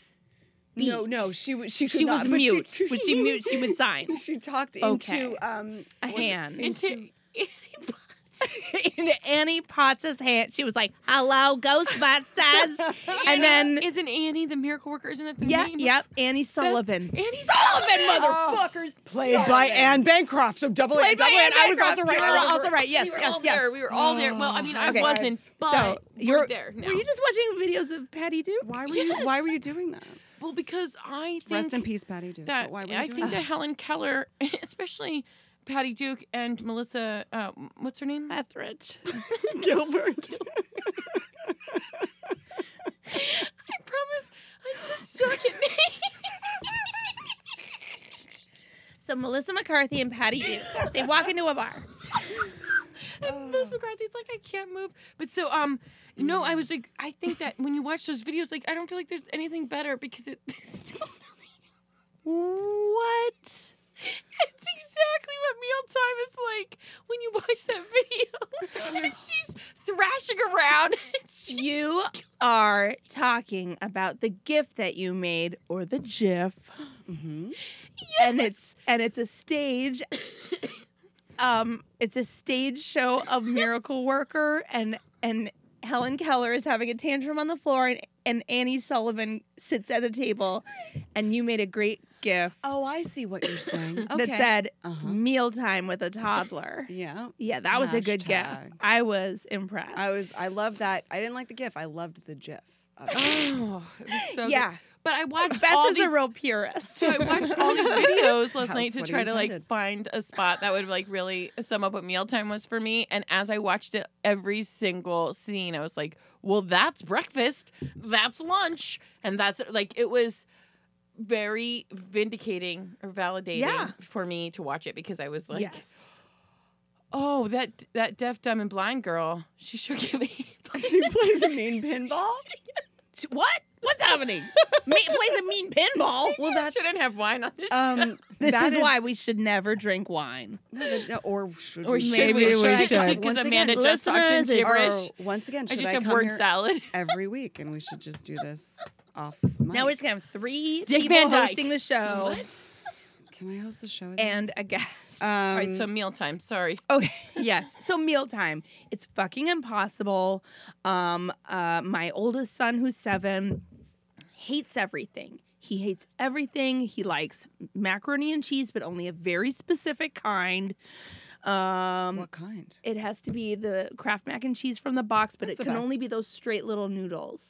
No, no, she was she could
she
not,
was
but
mute.
She,
When she mute, she would sign
she talked into
Okay.
um
a
what's it-
hand.
into
In Annie Potts's hand, she was like, "Hello, Ghostbusters," and then
Isn't Annie the miracle worker? Isn't that the
yeah,
name?
yep, Annie Sullivan.
Annie Sullivan,
Oh.
motherfuckers.
played by
Yes.
Anne Bancroft. So double
Played
Anne,
by
double
Anne
Anne. I was
Bancroft.
also right.
You
I
were
was
also
right.
right. Yes,
we were
yes,
all
yes.
there. We were all there. Well, I mean, I
Okay.
wasn't,
So,
but
So
you're
you're
there now.
Were you just watching videos of Patty Duke?
Why were you why were you doing that?
well, because I think
Rest in peace, Patty Duke.
that
But why were you
I
doing
think
that?
that Helen Keller, especially Patty Duke and Melissa, uh, what's her name?
Etheridge.
Gilbert.
I promise, I just suck at names.
So Melissa McCarthy and Patty Duke, they walk into a bar.
And Melissa McCarthy's like, I can't move. But so, um, no, I was like, I think that when you watch those videos, like, I don't feel like there's anything better because it.
What?
It's exactly what mealtime is like when you watch that video. and she's thrashing around. And she,
You are talking about the GIF that you made or the GIF,
Mm-hmm.
and it's and it's a stage um it's a stage show of Miracle Worker and and Helen Keller is having a tantrum on the floor and, and Annie Sullivan sits at a table and you made a great gif
Oh, I see what you're saying. Oh, Okay.
that said
uh-huh.
mealtime with a toddler.
Yeah.
Yeah, that was a good gif.
Hashtag.
I was impressed.
I was. I love that. I didn't like the GIF. I loved the GIF. of it.
Oh, it was so good.
yeah.
But I watched
Beth
all
is
these
a real purist.
So I watched all these videos
That's
last night to
what he
try to like
intended.
find a spot that would like really sum up what mealtime was for me. And as I watched it, every single scene, I was like, "Well, that's breakfast, that's lunch, and that's like it was." Very vindicating or validating
Yeah.
for me to watch it because I was like,
yes.
"Oh, that that deaf, dumb, and blind girl, she sure gave me."
she plays a mean pinball.
What? What's happening? Me- plays a mean pinball.
Well, that's
shouldn't have wine on this.
um.
This
that
is why we should never drink wine.
No, that- Or should
or
we?
should
Maybe
we?
we
Should I-
should.
Because
Once
Amanda
again,
just talks in
listeners, if-
gibberish.
Or once again,
I
should I,
just have
come
word
here
salad.
every week and we should just do this off? Mic.
Now we're just gonna have three
Dick
people
Van Dyke.
hosting the show
Can I host the show? again?
and a guest.
Um,
All right, so mealtime. Sorry.
Okay. Uh, yes. So mealtime. It's fucking impossible. Um uh my oldest son who's 7 hates everything. He hates everything. He likes macaroni and cheese but only a very specific kind. Um
what kind?
it has to be the Kraft mac and cheese from the box, but
That's
it
the
can
best.
only be those straight little noodles.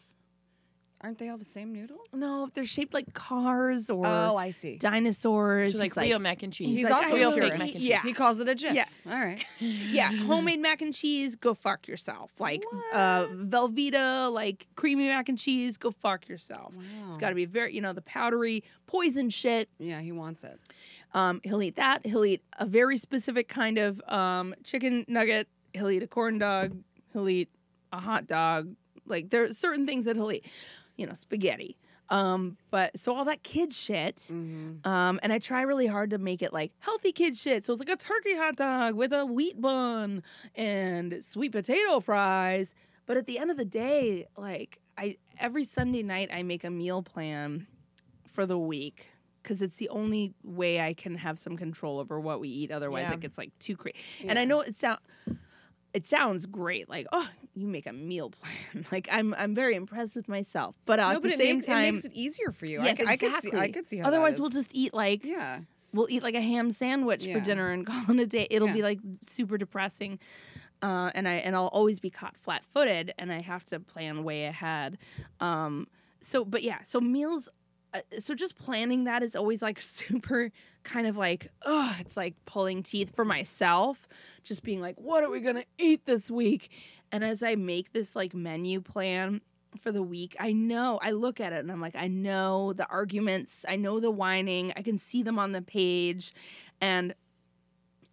Aren't they all the same noodle?
No, if they're shaped like cars or
Oh, I see.
dinosaurs.
She's like,
he's
real mac and cheese.
He's,
He's like,
also
I
a
real
love
fake
this.
mac and cheese.
Yeah.
He calls it a gif.
Yeah.
All right.
yeah, homemade mac and cheese, go fuck yourself. Like uh Velveeta, like creamy mac and cheese, go fuck yourself.
Wow.
It's got to be very, you know, the powdery poison shit.
Yeah, he wants it.
Um, he'll eat that. He'll eat a very specific kind of um, chicken nugget. He'll eat a corn dog. He'll eat a hot dog. Like there are certain things that he'll eat. You know, spaghetti. Um, but so all that kid shit.
hmm
Um, and I try really hard to make it like healthy kid shit. So it's like a turkey hot dog with a wheat bun and sweet potato fries. But at the end of the day, like I every Sunday night I make a meal plan for the week because it's the only way I can have some control over what we eat. Otherwise,
Yeah.
it gets like too crazy. And I know it sound it sounds great, like oh, you make a meal plan. like I'm I'm very impressed with myself. But uh,
no,
at
but
the
it
same
makes,
time,
it makes it easier for you.
Yes,
I, could- I could see. I
exactly.
could see how. that
otherwise
is.
we'll just eat like
Yeah.
we'll eat like a ham sandwich
Yeah.
for dinner and call it a day. It'll be
Yeah.
like super depressing. Uh, and I and I'll always be caught flat-footed, and I have to plan way ahead. Um, so, but yeah, so meals. Uh, so just planning that is always like super kind of like oh, it's like pulling teeth for myself. Just being like, what are we gonna eat this week? And as I make this like menu plan, for the week. I know. I look at it and I'm like, I know the arguments. I know the whining. I can see them on the page. And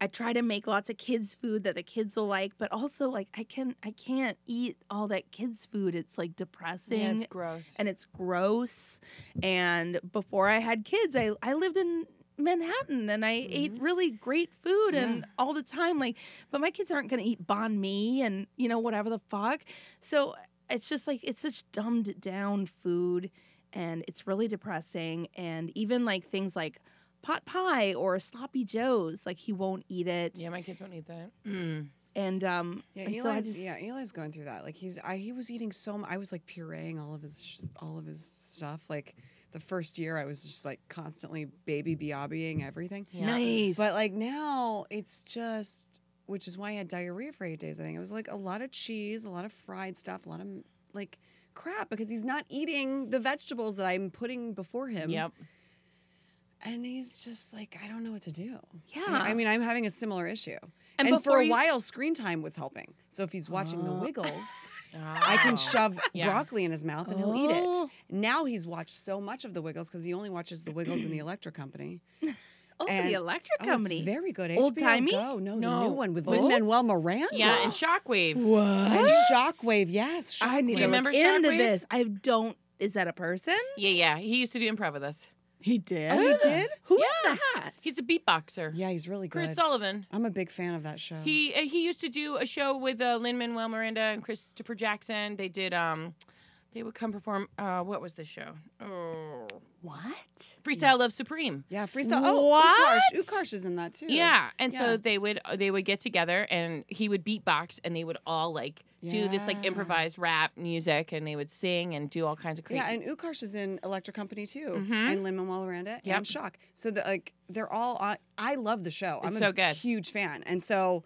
I try to make lots of kids food that the kids will like, but also like I can I can't eat all that kids food. It's like depressing
Yeah, it's gross.
and it's gross. And before I had kids, I, I lived in Manhattan and I
Mm-hmm.
ate really great food and all the time. Like, but my kids aren't going to eat banh mi and, you know, whatever the fuck. So it's just like, it's such dumbed down food and it's really depressing. And even like things like pot pie or sloppy joes, like he won't eat it.
yeah, my kids don't eat that. Mm.
And, um,
Yeah,
and
Eli's,
so I just,
yeah, Eli's going through that. Like he's, I, he was eating so. mu- I was like pureeing all of his, sh- all of his stuff. Like the first year, I was just like constantly baby biabying everything.
Yeah.
nice.
But like now, it's just, which is why I had diarrhea for eight days. I think it was like a lot of cheese, a lot of fried stuff, a lot of like crap because he's not eating the vegetables that I'm putting before him.
Yep.
And he's just like, I don't know what to do.
yeah.
I I mean, I'm having a similar issue.
And
And, for
before
a
you-
while, screen time was helping. So if he's watching The
Oh.
Wiggles, I can shove
Yeah.
broccoli in his mouth and he'll eat it.
Oh.
Now he's watched so much of The Wiggles because he only watches The Wiggles and The Electric Company.
Oh,
and-
the electric
Oh, it's
company.
very good.
Old
HBO
timey?
Go. No, the
No.
new one with
Old?
Lin Manuel Miranda.
Yeah, and shockwave.
What?
And Shockwave. Yes, Shockwave.
I need
Do
to
you
look
remember
into
Shockwave?
this. I don't. Is that a person?
Yeah, yeah. He used to do improv with us.
He did.
Oh, he did?
Who is that?
He's a beatboxer.
Yeah, he's really good.
Chris Sullivan.
I'm a big fan of that show.
He uh, he used to do a show with uh, Lin Manuel Miranda and Christopher Jackson. They did um, they would come perform. Uh, what was the show? Oh,
What?
Freestyle Love Supreme.
Yeah, freestyle. Oh,
What?
Ukarsh. Ukarsh is in that too.
Yeah, and
Yeah.
so they would uh, they would get together and he would beatbox and they would all like do this like
Yeah.
improvised rap music and they would sing and do all kinds of crazy.
Yeah, and Ukarsh is in Electric Company too,
Mhm.
and Lin Manuel Miranda
Yep.
and Shock. So the, like they're all. On, I love the show. I'm
It's
a
so good.
huge fan, and so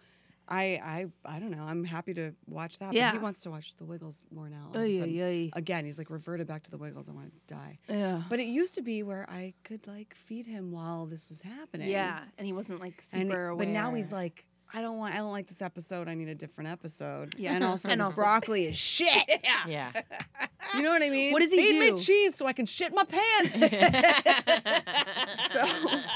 I I I don't know. I'm happy to watch that. but
Yeah. Oh,
he wants to watch the Wiggles more now. all of a
Ay,
sudden.
ay,
Again, he's like reverted back to the Wiggles. I want to die.
ay. Yeah.
But it used to be where I could like feed him while this was happening.
Yeah, and he wasn't like super
and
aware.
but now he's like. I don't want. I don't like this episode. I need a different episode.
Yeah.
And also,
And
this
also-
broccoli is shit.
yeah.
You know what I mean?
What does he
Feed
do?
me cheese so I can shit my pants.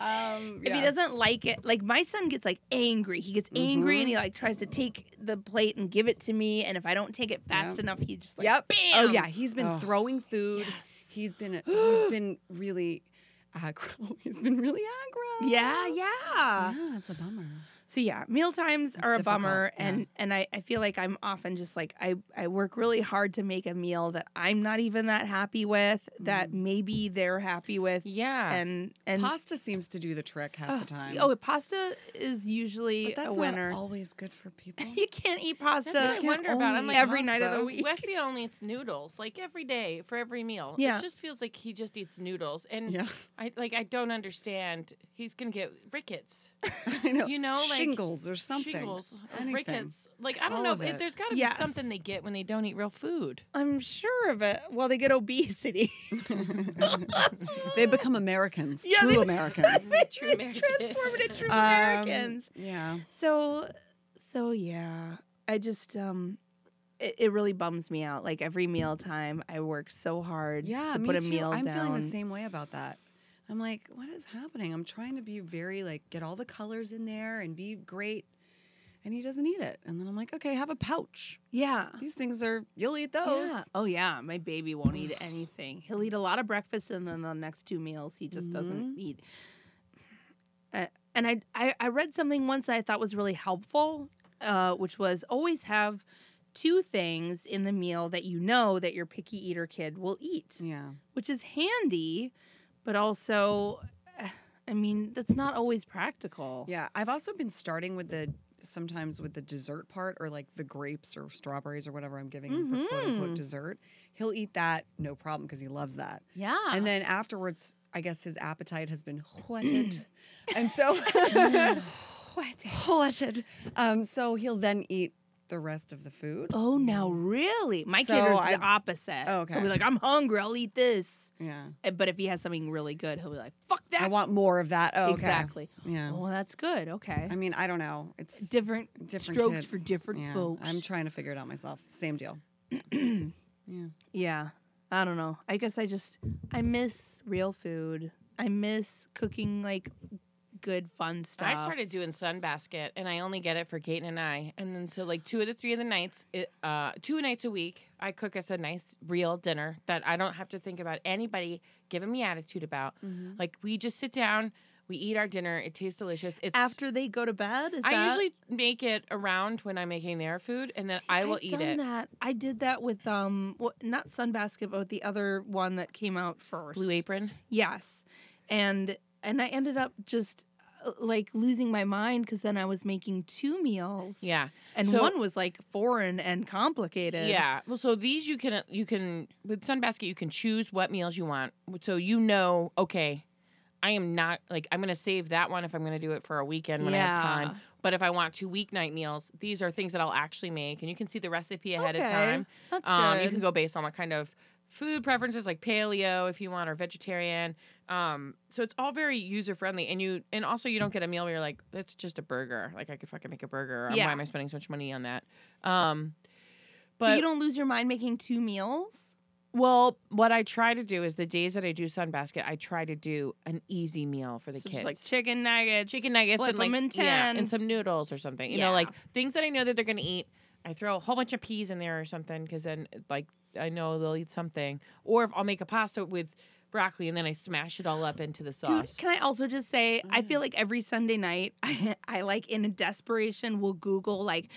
Um,
If he doesn't like it, like my son gets like angry. He gets angry
Mm-hmm.
and he like tries to take the plate and give it to me. And if I don't take it fast
Yep.
enough, he just like
Yep.
bam.
Oh yeah, he's been
Ugh.
throwing food.
Yes.
He's been he's been really aggro. He's been really aggro.
Yeah, yeah.
Yeah, it's a bummer.
So yeah, meal times are a
difficult,
bummer,
yeah.
and and I, I feel like I'm often just like I I work really hard to make a meal that I'm not even that happy with, that maybe they're happy with,
Yeah.
and and
Mm-hmm. Pasta seems to do the trick half
oh,
the time.
Oh, pasta is usually
but that's
a winner.
not always good for people.
you can't eat pasta.
That's what I
can't
wonder about.
only
I'm
eat
like
every night of the
pasta.
week.
Wesley only eats noodles like every day for every meal.
Yeah.
It just feels like he just eats noodles. And
Yeah,
I like I don't understand. He's gonna get rickets.
I know.
You know, like
shingles or something.
shingles or
Anything.
rickets. Like I
All
don't know.
of
If,
it.
there's gotta
Yes.
be something they get when they don't eat real food.
I'm sure of it. Well, they get obesity.
they become Americans.
Yeah,
true
they-
Americans.
True American.
transformed into true
Um,
Americans.
Yeah.
So, so yeah, I just um, it, it really bums me out. Like every meal time, I work so hard
Yeah,
to
me
put a
too.
meal
I'm
down.
feeling the same way about that. I'm like, what is happening? I'm trying to be very like get all the colors in there and be great, and he doesn't eat it. And then I'm like, okay, have a pouch.
Yeah.
These things are you'll eat those.
Yeah. Oh yeah, my baby won't eat anything. He'll eat a lot of breakfast, and then the next two meals he just doesn't
Mm-hmm.
eat. Uh, and I, I I read something once that I thought was really helpful, uh, which was always have two things in the meal that you know that your picky eater kid will eat,
Yeah.
which is handy, but also, uh, I mean, that's not always practical.
Yeah. I've also been starting with the sometimes with the dessert part or like the grapes or strawberries or whatever I'm giving him for quote unquote
Mhm.
dessert. He'll eat that, no problem, because he loves that.
Yeah.
And then afterwards, I guess his appetite has been whetted. and so
Mm.
whetted. Um, so he'll then eat the rest of the food.
oh, now really, my
So
kid is
I-
the opposite.
Oh, okay.
He'll be like, I'm hungry. I'll eat this.
Yeah.
Uh, But if he has something really good, he'll be like, "Fuck that!"
I want more of that. Oh, okay.
Exactly.
Yeah.
Oh, that's good. Okay.
I mean, I don't know. It's
different
different
strokes
kids.
for different
yeah.
folks.
I'm trying to figure it out myself. Same deal. Yeah.
yeah. I don't know. I guess I just I miss real food. I miss cooking like good fun stuff.
I started doing Sunbasket, and I only get it for Gaten and I. And then so like two of the three of the nights, it, uh, two nights a week, I cook us a nice real dinner that I don't have to think about anybody giving me attitude about.
Mm-hmm.
Like we just sit down, we eat our dinner. It tastes delicious. It's
after they go to bed. Is
I
that-
usually make it around when I'm making their food, and then I will
I've
eat
done
it.
That I did that with um what, not Sunbasket, but with the other one that came out first.
Blue Apron.
Yes. And and I ended up just uh, like losing my mind because then I was making two meals.
Yeah,
And
So-
one was like foreign and complicated.
yeah. Well, so these you can uh, you can with Sunbasket you can choose what meals you want, so you know okay. I am not like I'm gonna save that one if I'm gonna do it for a weekend when I have time. But if I want two weeknight meals, these are things that I'll actually make, and you can see the recipe ahead of
Okay,
time.
That's
Um,
good.
you can go based on what kind of food preferences, like paleo if you want, or vegetarian. Um, so it's all very user friendly, and you and also you don't get a meal where you're like, that's just a burger. Like I could fucking make a burger. Or
Yeah.
Why am I spending so much money on that? Um,
but
but
you don't lose your mind making two meals.
well, what I try to do is the days that I do Sunbasket, I try to do an easy meal for the
So
kids,
just like chicken nuggets.
chicken nuggets
flip
and like
'em in
yeah,
10.
and some noodles or something. You know, like things that I know that they're gonna eat. I throw a whole bunch of peas in there or something because then like I know they'll eat something. Or if I'll make a pasta with broccoli and then I smash it all up into the sauce.
Dude, can I also just
Mm.
say I feel like every Sunday night I, I like in a desperation will Google like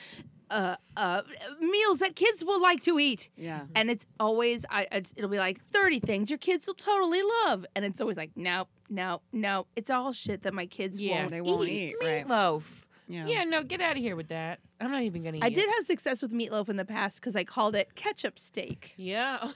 uh, uh, meals that kids will like to eat.
Yeah.
And it's always, I, it's, it'll be like 30 things your kids will totally love. And it's always like, no, no, no. It's all shit that my kids
Yeah.
won't
They won't eat, right?
Meatloaf.
Yeah.
Yeah, no, get out of here with that. I'm not even gonna. Eat
I
it.
did have success with meatloaf in the past because I called it ketchup steak.
Yeah.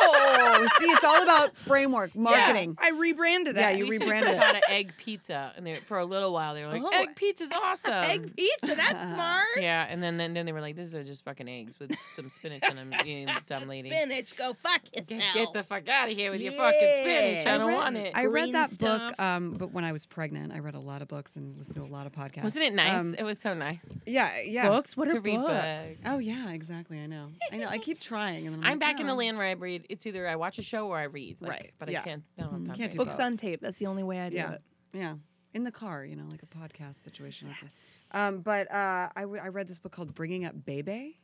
Oh, see, it's all about framework marketing.
I rebranded it.
Yeah, you
We used to
rebranded
do a ton of egg pizza, and they, for a little while they were like,
Oh.
"Egg pizza's awesome."
Egg pizza, that's smart.
Yeah, and then, then then they were like, "These are just fucking eggs with some spinach on them." You dumb lady.
Spinach, go fuck
Get,
yourself.
get the fuck out of here with your fucking spinach.
Yeah.
I don't
I
want
read-
it.
I read
green
that
stuff.
book, um, but when I was pregnant, I read a lot of books and listened to a lot of podcasts.
Wasn't it nice?
Um,
it was so nice.
yeah, yeah.
Books? What
To
are
read
books?
books.
Oh yeah, exactly. I know. I know. I keep trying, and I'm,
I'm
like, "Oh,
back in the
"No."
land where I read. It's either I watch a show or I read. Like,
Right,
But
yeah.
I can't. No, I'm
Mm,
not.
can't do
Books
both.
on tape. That's the only way I do
Yeah.
it.
Yeah, in the car, you know, like a podcast situation. that's it. Um, but uh, I, w- I read this book called Bringing Up Bebe,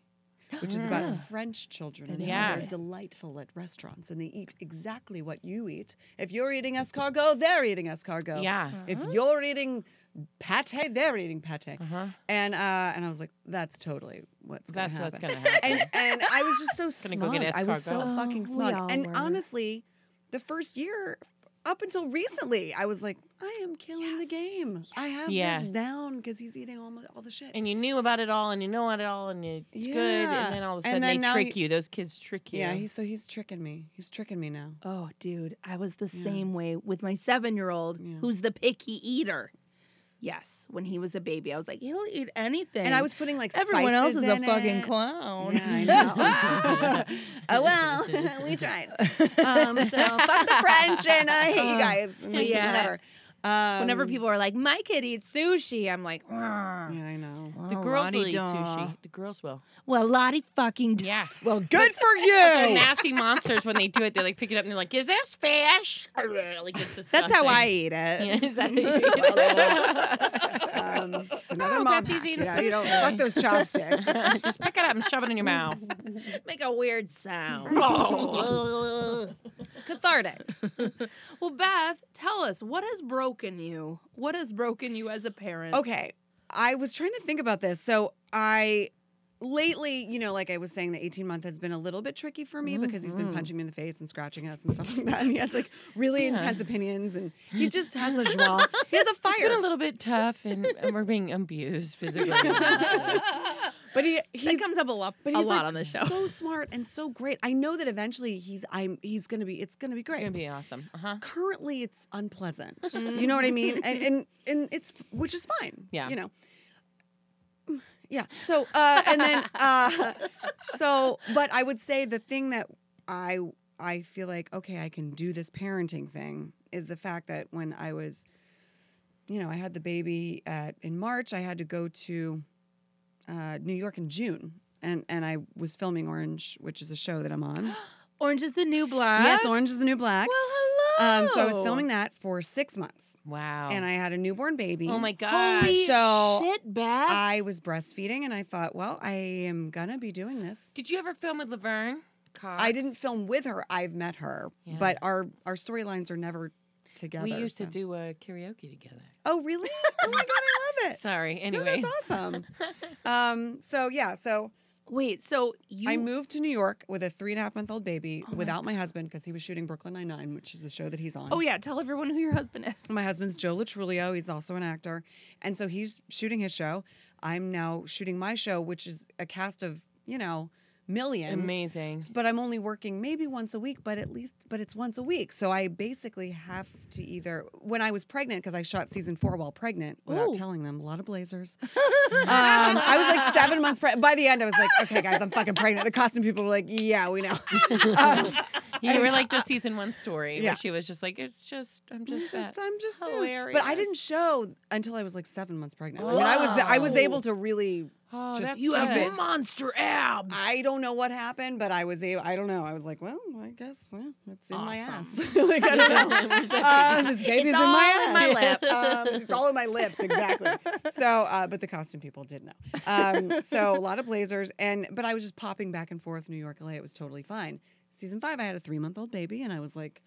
which is about
Mm.
French children and how
Ah. Yeah.
they're delightful at restaurants and they eat exactly what you eat. If you're eating escargot, they're eating escargot.
Yeah.
If you're eating pate, they're eating pate.
Uh huh.
And uh, and I was like, that's totally what's going
That's
to happen.
what's gonna happen.
and and I was just so
Gonna go
smug.
get
I was so
escargot.
fucking
Oh, we
smug.
all
And
were.
honestly, the first year, up until recently, I was like, I am killing the game. I have
Yeah.
this down because he's eating all, my- all the shit.
and you knew about it all, and you know it all, and it's good.
Yeah.
And then all of a
And
sudden
then
they
now
trick
you-
you. Those kids trick you.
yeah, he's, so he's tricking me. He's tricking me now.
Oh, dude, I was the
Yeah.
same way with my seven year old,
Yeah.
who's the picky eater. Yes, when he was a baby, I was like, he'll eat anything.
And I was putting like
everyone else is
spices
a
in
fucking
it.
clown.
Yeah, I know.
oh well, we tried.
um, so fuck the French, and I hate you
Uh,
guys. and, like,
yeah.
Whatever. Um,
Whenever people are like, my kid eats sushi, I'm like,
Yeah, I know.
The
Oh,
girls will eat sushi. The girls will.
Well, Lottie fucking d-
Yeah.
Well, good for
They're
you.
nasty monsters when they do it. They like pick it up and they're like, "Is this fish?" Like it's
That's
disgusting.
how I eat it.
Yeah, is that how you-
Um, it's another
Oh,
mom
Betsy's
hack, you
eating
know, you don't
sushi.
fuck those chopsticks.
just, just pick it up and shove it in your mouth.
Make a weird sound.
Oh.
It's cathartic. well, Beth, tell us what has broken you. What has broken you as a parent?
Okay. I was trying to think about this. So I lately, you know, like I was saying, the 18 month has been a little bit tricky for me because he's been
Mhm.
punching me in the face and scratching us and stuff like that. And he has like really
Yeah.
intense opinions and he just has a joie. He has a
It's been a
fire.
little bit tough, and, and we're being abused physically.
But he he's
that comes up a lot,
but
a
he's
lot
like,
on the show.
so smart and so great. I know that eventually he's I'm he's gonna be it's gonna be
It's
great.
gonna be awesome. Uh huh.
currently it's unpleasant. you know what I mean? And and and it's which is fine.
Yeah.
You know. Mm, Yeah. So uh and then uh so but I would say the thing that I I feel like okay, I can do this parenting thing is the fact that when I was you know, I had the baby at in March, I had to go to uh New York in June. And, and I was filming Orange, which is a show that I'm on.
Orange is the new black.
yes, Orange is the New Black.
Well, hello.
Um, so I was filming that for six months,
Oh. Wow.
and I had a newborn baby.
oh my god.
Holy
So,
shit, Beth.
I was breastfeeding, and I thought, well, I am gonna be doing this.
Did you ever film with Laverne? Cox?
I didn't film with her. I've met her,
Yeah.
but our our storylines are never together.
We used to
so-
do uh, karaoke together.
Oh, really? oh my god, I love it.
Sorry.
No,
Anyway.
that's awesome. um, so yeah, so
Wait, so you
I moved to New York with a three and a half month old baby
Oh my
without my husband because he was shooting Brooklyn Nine Nine, which is the show that he's on.
Oh yeah, tell everyone who your husband is.
My husband's Joe Latrulio. He's also an actor. And so he's shooting his show. I'm now shooting my show, which is a cast of, you know, millions.
Amazing.
But I'm only working maybe once a week, but at least, but it's once a week. So I basically have to either, when I was pregnant, because I shot season four while pregnant without
Ooh.
telling them, a lot of blazers. um, I was like seven months pregnant. By the end, I was like, okay, guys, I'm fucking pregnant. The costume people were like, yeah, we know. Um,
You were like the season one story
Yeah.
where she was just like, it's just, I'm
I'm
just, that.
I'm just doing- But I
hilarious.
didn't show until I was like seven months pregnant. I mean, I was I was
Wow.
able to really.
oh,
just-
that's
You have
good.
monster abs.
I don't know what happened, but I was able. I don't know. I was like, well, I guess well, it's in my ass.
Awesome.
like I don't know. Uh, this baby's
It's
in my
all
ass.
in my lip.
Um, it's all in my lips, exactly. So, uh, but the costume people did know. Um, so a lot of blazers, and but I was just popping back and forth New York, LA. It was totally fine. Season five, I had a three month old baby, and I was like,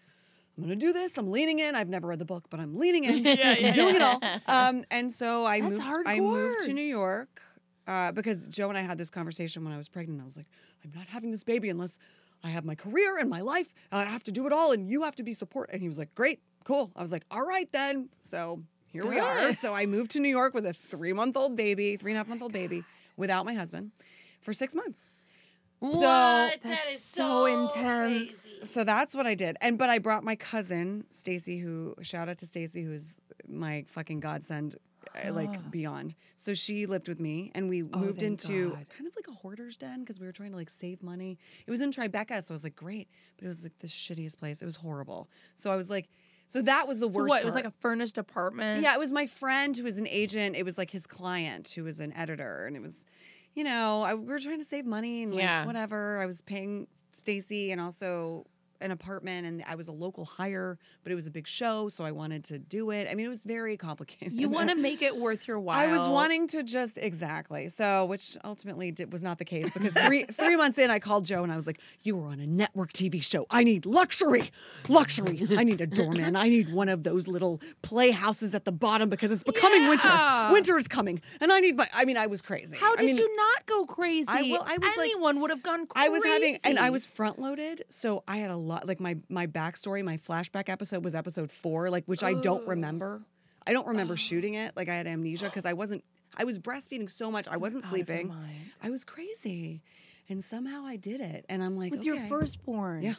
I'm gonna do this. I'm leaning in. I've never read the book, but I'm leaning in.
Yeah,
I'm doing it all. Um, and so I
That's
moved. I moved
hardcore.
to New York uh, because Joe and I had this conversation when I was pregnant. I was like, I'm not having this baby unless I have my career and my life. and I have to do it all, and you have to be support. And he was like, Great, cool. I was like, All right then. So here we are.
Good.
So I moved to New York with a three month old baby, three and a half month old baby, without my husband for six months.
What?
So-
That is so intense.
So that's what I did. And but I brought my cousin Stacy, who shout out to Stacy, who's my fucking godsend, uh,
Ah.
like beyond. So she lived with me, and we
Oh,
moved
thank
into
God.
kind of like a hoarder's den because we were trying to like save money. It was in Tribeca, so I was like, great, but it was like the shittiest place. It was horrible. So I was like, so that was the
So
worst.
what? It was
part.
like a furnished apartment.
Yeah, it was my friend who was an agent. It was like his client who was an editor, and it was, you know, I, we were trying to save money and like
Yeah.
whatever. I was paying Stacy and also an apartment, and I was a local hire, but it was a big show, so I wanted to do it. I mean, it was very complicated.
You want to make it worth your while.
I was wanting to just exactly so, which ultimately did, was not the case because three three months in, I called Joe and I was like, "You were on a network TV show. I need luxury, luxury. I need a doorman. I need one of those little playhouses at the bottom because it's becoming
Yeah.
winter. Winter is coming, and I need my. I mean, I was crazy.
How
I
did
mean,
you not go crazy?
I- well, I was like-
Anyone would have gone crazy.
I was having, and I was front loaded, so I had a lot. Like my my backstory, my flashback episode was episode four, like which I don't
Oh.
remember. I don't remember shooting it. Like I had amnesia because I wasn't. I was breastfeeding so much, I wasn't
Out of your
sleeping.
mind.
I was crazy, and somehow I did it. And I'm like,
with
okay.
your firstborn.
Yeah.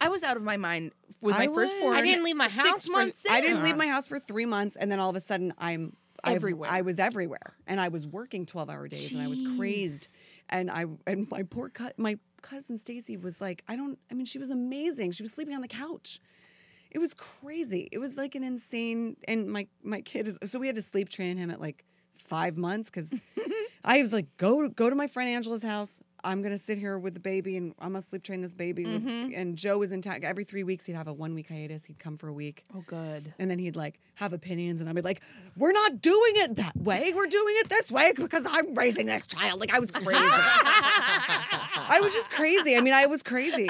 I was out of my mind with
I
my
was.
firstborn.
I didn't leave my house.
Six
for-
months in.
I didn't leave my house for three months, and then all of a sudden, I'm I've-
Everywhere.
I was everywhere, and I was working twelve hour days, and I was crazed, and I and my poor cut my cousin Stacy was like, I don't. I mean, she was amazing. She was sleeping on the couch. It was crazy. It was like an insane. And my my kid is so we had to sleep train him at like five months because I was like, go go to my friend Angela's house. I'm gonna sit here with the baby, and I'm gonna sleep train this baby. With,
Mhm.
and Joe was in town every three weeks. He'd have a one week hiatus. He'd come for a week.
Oh, good.
And then he'd like have opinions, and I'd be like, "We're not doing it that way. We're doing it this way because I'm raising this child." Like I was crazy. I was just crazy. I mean, I was crazy.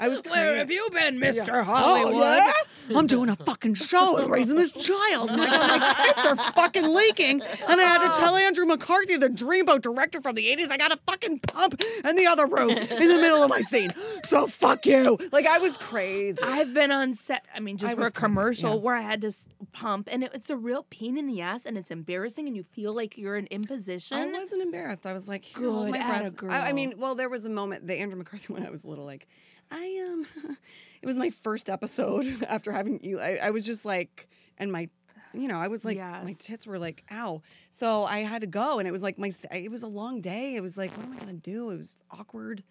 I was
Where have
crazy.
you been, Mister
Yeah.
Hollywood?
Oh, yeah? I'm doing a fucking show and raising this child. My God, my tits are fucking leaking. And I had to tell Andrew McCarthy, the dreamboat director from the 80s, I got a fucking pump in the other room in the middle of my scene. So fuck you. Like I was crazy.
I've been on set. I mean, just
I
for a
was crazy,
commercial
yeah.
where I had to s- pump, and it, it's a real pain in the ass, and it's embarrassing, and you feel like you're an imposition.
I wasn't embarrassed. I was like, "Here, hold
Good
Oh my
atta
breasts." I, I
girl.
mean, well, there was a moment, the Andrew McCarthy when I was little, like, I um, it was my first episode after having Eli. I, I was just like, and my, you know, I was like, my
Yes.
tits were like, ow. So I had to go, and it was like my, it was a long day. It was like, what am I gonna do? It was awkward.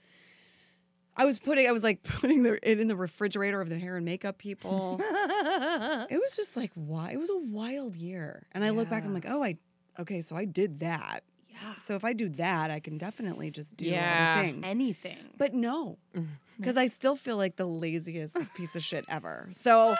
I was putting, I was like putting the, it in the refrigerator of the hair and makeup people. It was just like why it was a wild year. And I look back, I'm
Yeah.
like, oh, I okay, so I did that.
yeah.
So if I do that, I can definitely just do all
Yeah.
the things.
Anything.
but no,
Mm.
because I still feel like the laziest piece of shit ever. So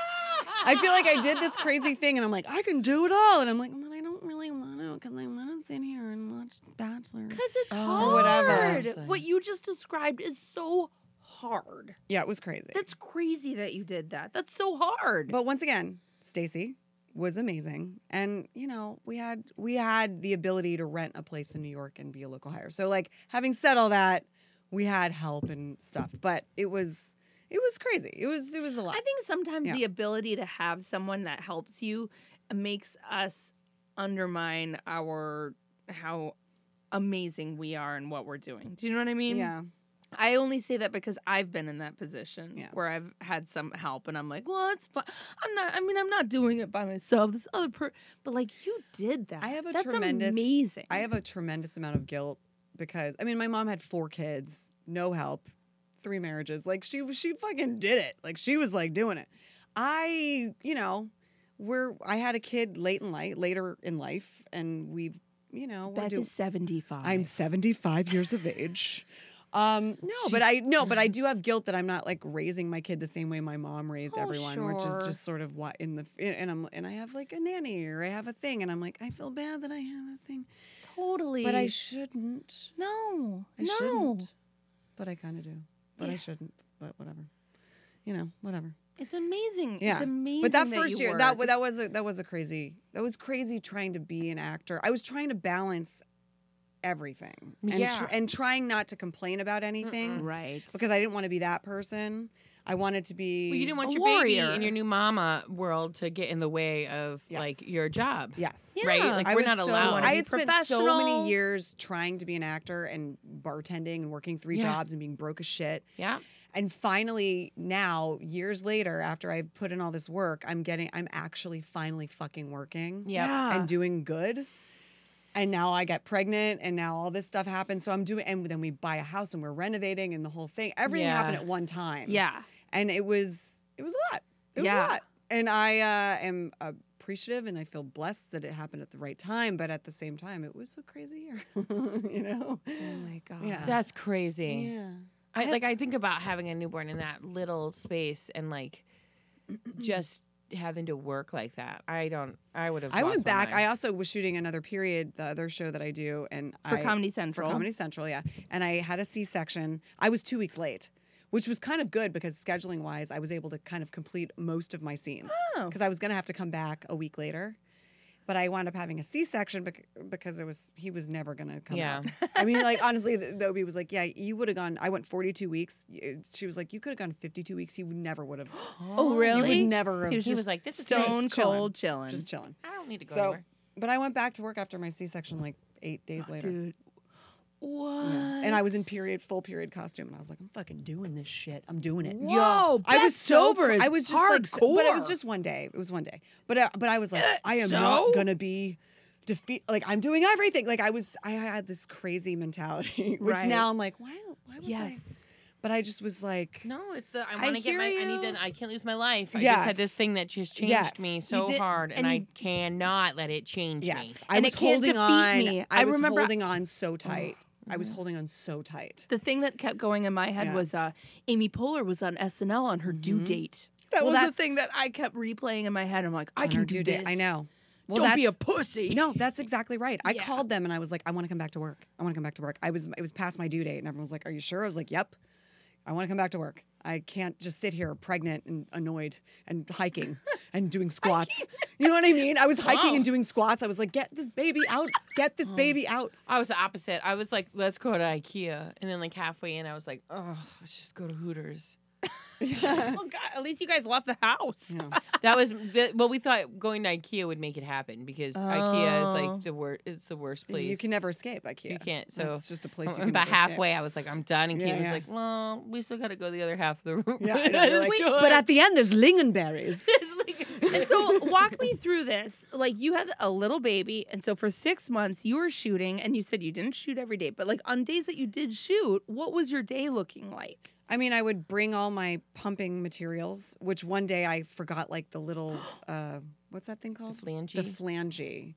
I feel like I did this crazy thing, and I'm like, I can do it all, and I'm like, but I don't really want to, because I want to sit here and watch Bachelor.
because it's
Oh,
hard.
or whatever.
What you just described is so hard.
Yeah, it was crazy.
That's crazy that you did that. That's so hard.
But once again, Stacy was amazing, and you know we had we had the ability to rent a place in New York and be a local hire. So like having said all that, we had help and stuff, but it was it was crazy. It was it was a lot.
I think sometimes
Yeah.
the ability to have someone that helps you makes us undermine our how amazing we are and what we're doing. Do you know what I mean?
yeah,
I only say that because I've been in that position
Yeah.
where I've had some help and I'm like, well, it's fine. I'm not, I mean, I'm not doing it by myself. This other per, but like you did that.
I have a
That's
tremendous-
amazing.
I have a tremendous amount of guilt because I mean my mom had four kids, no help, three marriages. Like she was- she fucking did it. Like she was like doing it. I you know we're I had a kid late in life, later in life, and we've you know we're
Beth
doing.
is 75.
I'm 75 years of age. Um, no, but I no, but I do have guilt that I'm not like raising my kid the same way my mom raised
Oh,
everyone, which
sure.
is just sort of what in the and I'm and I have like a nanny or I have a thing, and I'm like I feel bad that I have a thing,
totally.
but I shouldn't.
no,
I
no.
shouldn't. But I kind of do. But I
Yeah.
shouldn't. But whatever. You know, whatever.
It's amazing.
Yeah.
It's amazing.
But that
you
first year, that
work.
wa- that was a, that was a crazy. That was crazy trying to be an actor. I was trying to balance everything and,
Yeah.
and trying not to complain about anything
Right.
because I didn't want to be that person. I wanted to be.
Well, you didn't want
a
your
warrior.
baby and your new mama world to get in the way of
Yes.
like your job,
Yes.
Yeah.
right? Like
I
we're
was
not
so-
allowed.
I
be
had spent so
professional.
many years trying to be an actor and bartending and working three
Yeah.
jobs and being broke as shit.
yeah,
And finally, now years later, after I've put in all this work, I'm getting. I'm actually finally fucking working.
yeah.
and doing good. And now I get pregnant, and now all this stuff happens. So I'm doing, and then we buy a house, and we're renovating, and the whole thing. Everything happened
Yeah.
at one time.
Yeah.
and it was it was a lot. It was
Yeah.
a lot. And I uh, am appreciative, and I feel blessed that it happened at the right time. But at the same time, it was a crazy year. you know.
Oh my god.
Yeah.
That's crazy.
Yeah.
I like I think about having a newborn in that little space and like just having to work like that. I don't. I would have.
I went
lost my
back. I
mind.
also was shooting another period, the other show that I do, and
For
I,
Comedy Central.
For Comedy Central, yeah. And I had a C section. I was two weeks late, which was kind of good because scheduling wise, I was able to kind of complete most of my scenes
Oh.
because I was going to have to come back a week later. But I wound up having a C section bec- because it was he was never going to come
Yeah.
out. I mean, like honestly, the, the OB was like, "Yeah, you would have gone." I went 42 weeks. Y- uh, She was like, "You could have gone 52 weeks. He would never would have.
Oh,
He
really?
would never have.
He was
He
just
was like, "This is
just
Stone
chillin'.
cold chilling.
just chilling."
I don't need to go
So-
anywhere."
But I went back to work after my C section like eight days later.
Dude. What?
Yeah. And I was in period, full period costume, and I was like, I'm fucking doing this shit. I'm doing it.
Whoa, Yo,
I was
Beth
so
Sober
pr-
is
I was just like, so- but it was
hardcore.
just one day. It was one day. But I, but I was like, I am
so?
not gonna be defeat. Like I'm doing everything. Like I was, I had this crazy mentality, which
Right.
now I'm like, why? Why was
Yes.
I? But I just was like,
No, it's the I
I
want to get
hear
my. I need
you.
to. I can't lose my life. I just had this
Yes.
thing that just changed
Yes.
me
You
so
did-
hard, and,
and
I
you-
cannot let it change
yes,
me.
I
And
was
it can't
holding
defeat
on.
me.
I,
I
was
remember- Oh, mm-hmm.
holding on so tight. I was
mhm.
holding on so tight.
The thing that kept going in my head
Yeah.
was uh, Amy Poehler was on SNL on her due
Mhm.
date.
That
well,
was
that's the thing that I kept replaying in my head. I'm like, I
on our
can do
due
this.
date. I know. Well,
Don't be a
that's-
pussy.
No, that's exactly right. I
Yeah.
called them and I was like, I want to come back to work. I want to come back to work. I was it was past my due date and everyone was like, Are you sure? I was like, Yep. I want to come back to work. I can't just sit here pregnant and annoyed and hiking and doing squats. You know what I mean? I was hiking and doing squats. I was like, get this baby out. Get
Oh.
this baby out.
I was the opposite. I was like, "Let's go to IKEA," and then like halfway in, I was like, "Oh, let's just go to Hooters."
Oh, God, at least you guys left the house.
Yeah.
That was th- well. We thought going to IKEA would make it happen because IKEA is
Oh.
like the worst. It's the worst place.
You can never escape IKEA.
You can't. So
it's just a place you can
about
never escape.
halfway, I was like, I'm done. And
Yeah,
Kate was
yeah.
like, Well, we still got to go the other half of the room.
Yeah, I
And
know.
I
You're
was
like,
like,
but at the end, there's lingonberries.
And so walk me through this. Like you had a little baby, and so for six months you were shooting, and you said you didn't shoot every day, but like on days that you did shoot, what was your day looking like?
I mean, I would bring all my pumping materials, which one day I forgot, like the little, uh, what's that thing
the
called?
phalange,
The flange. And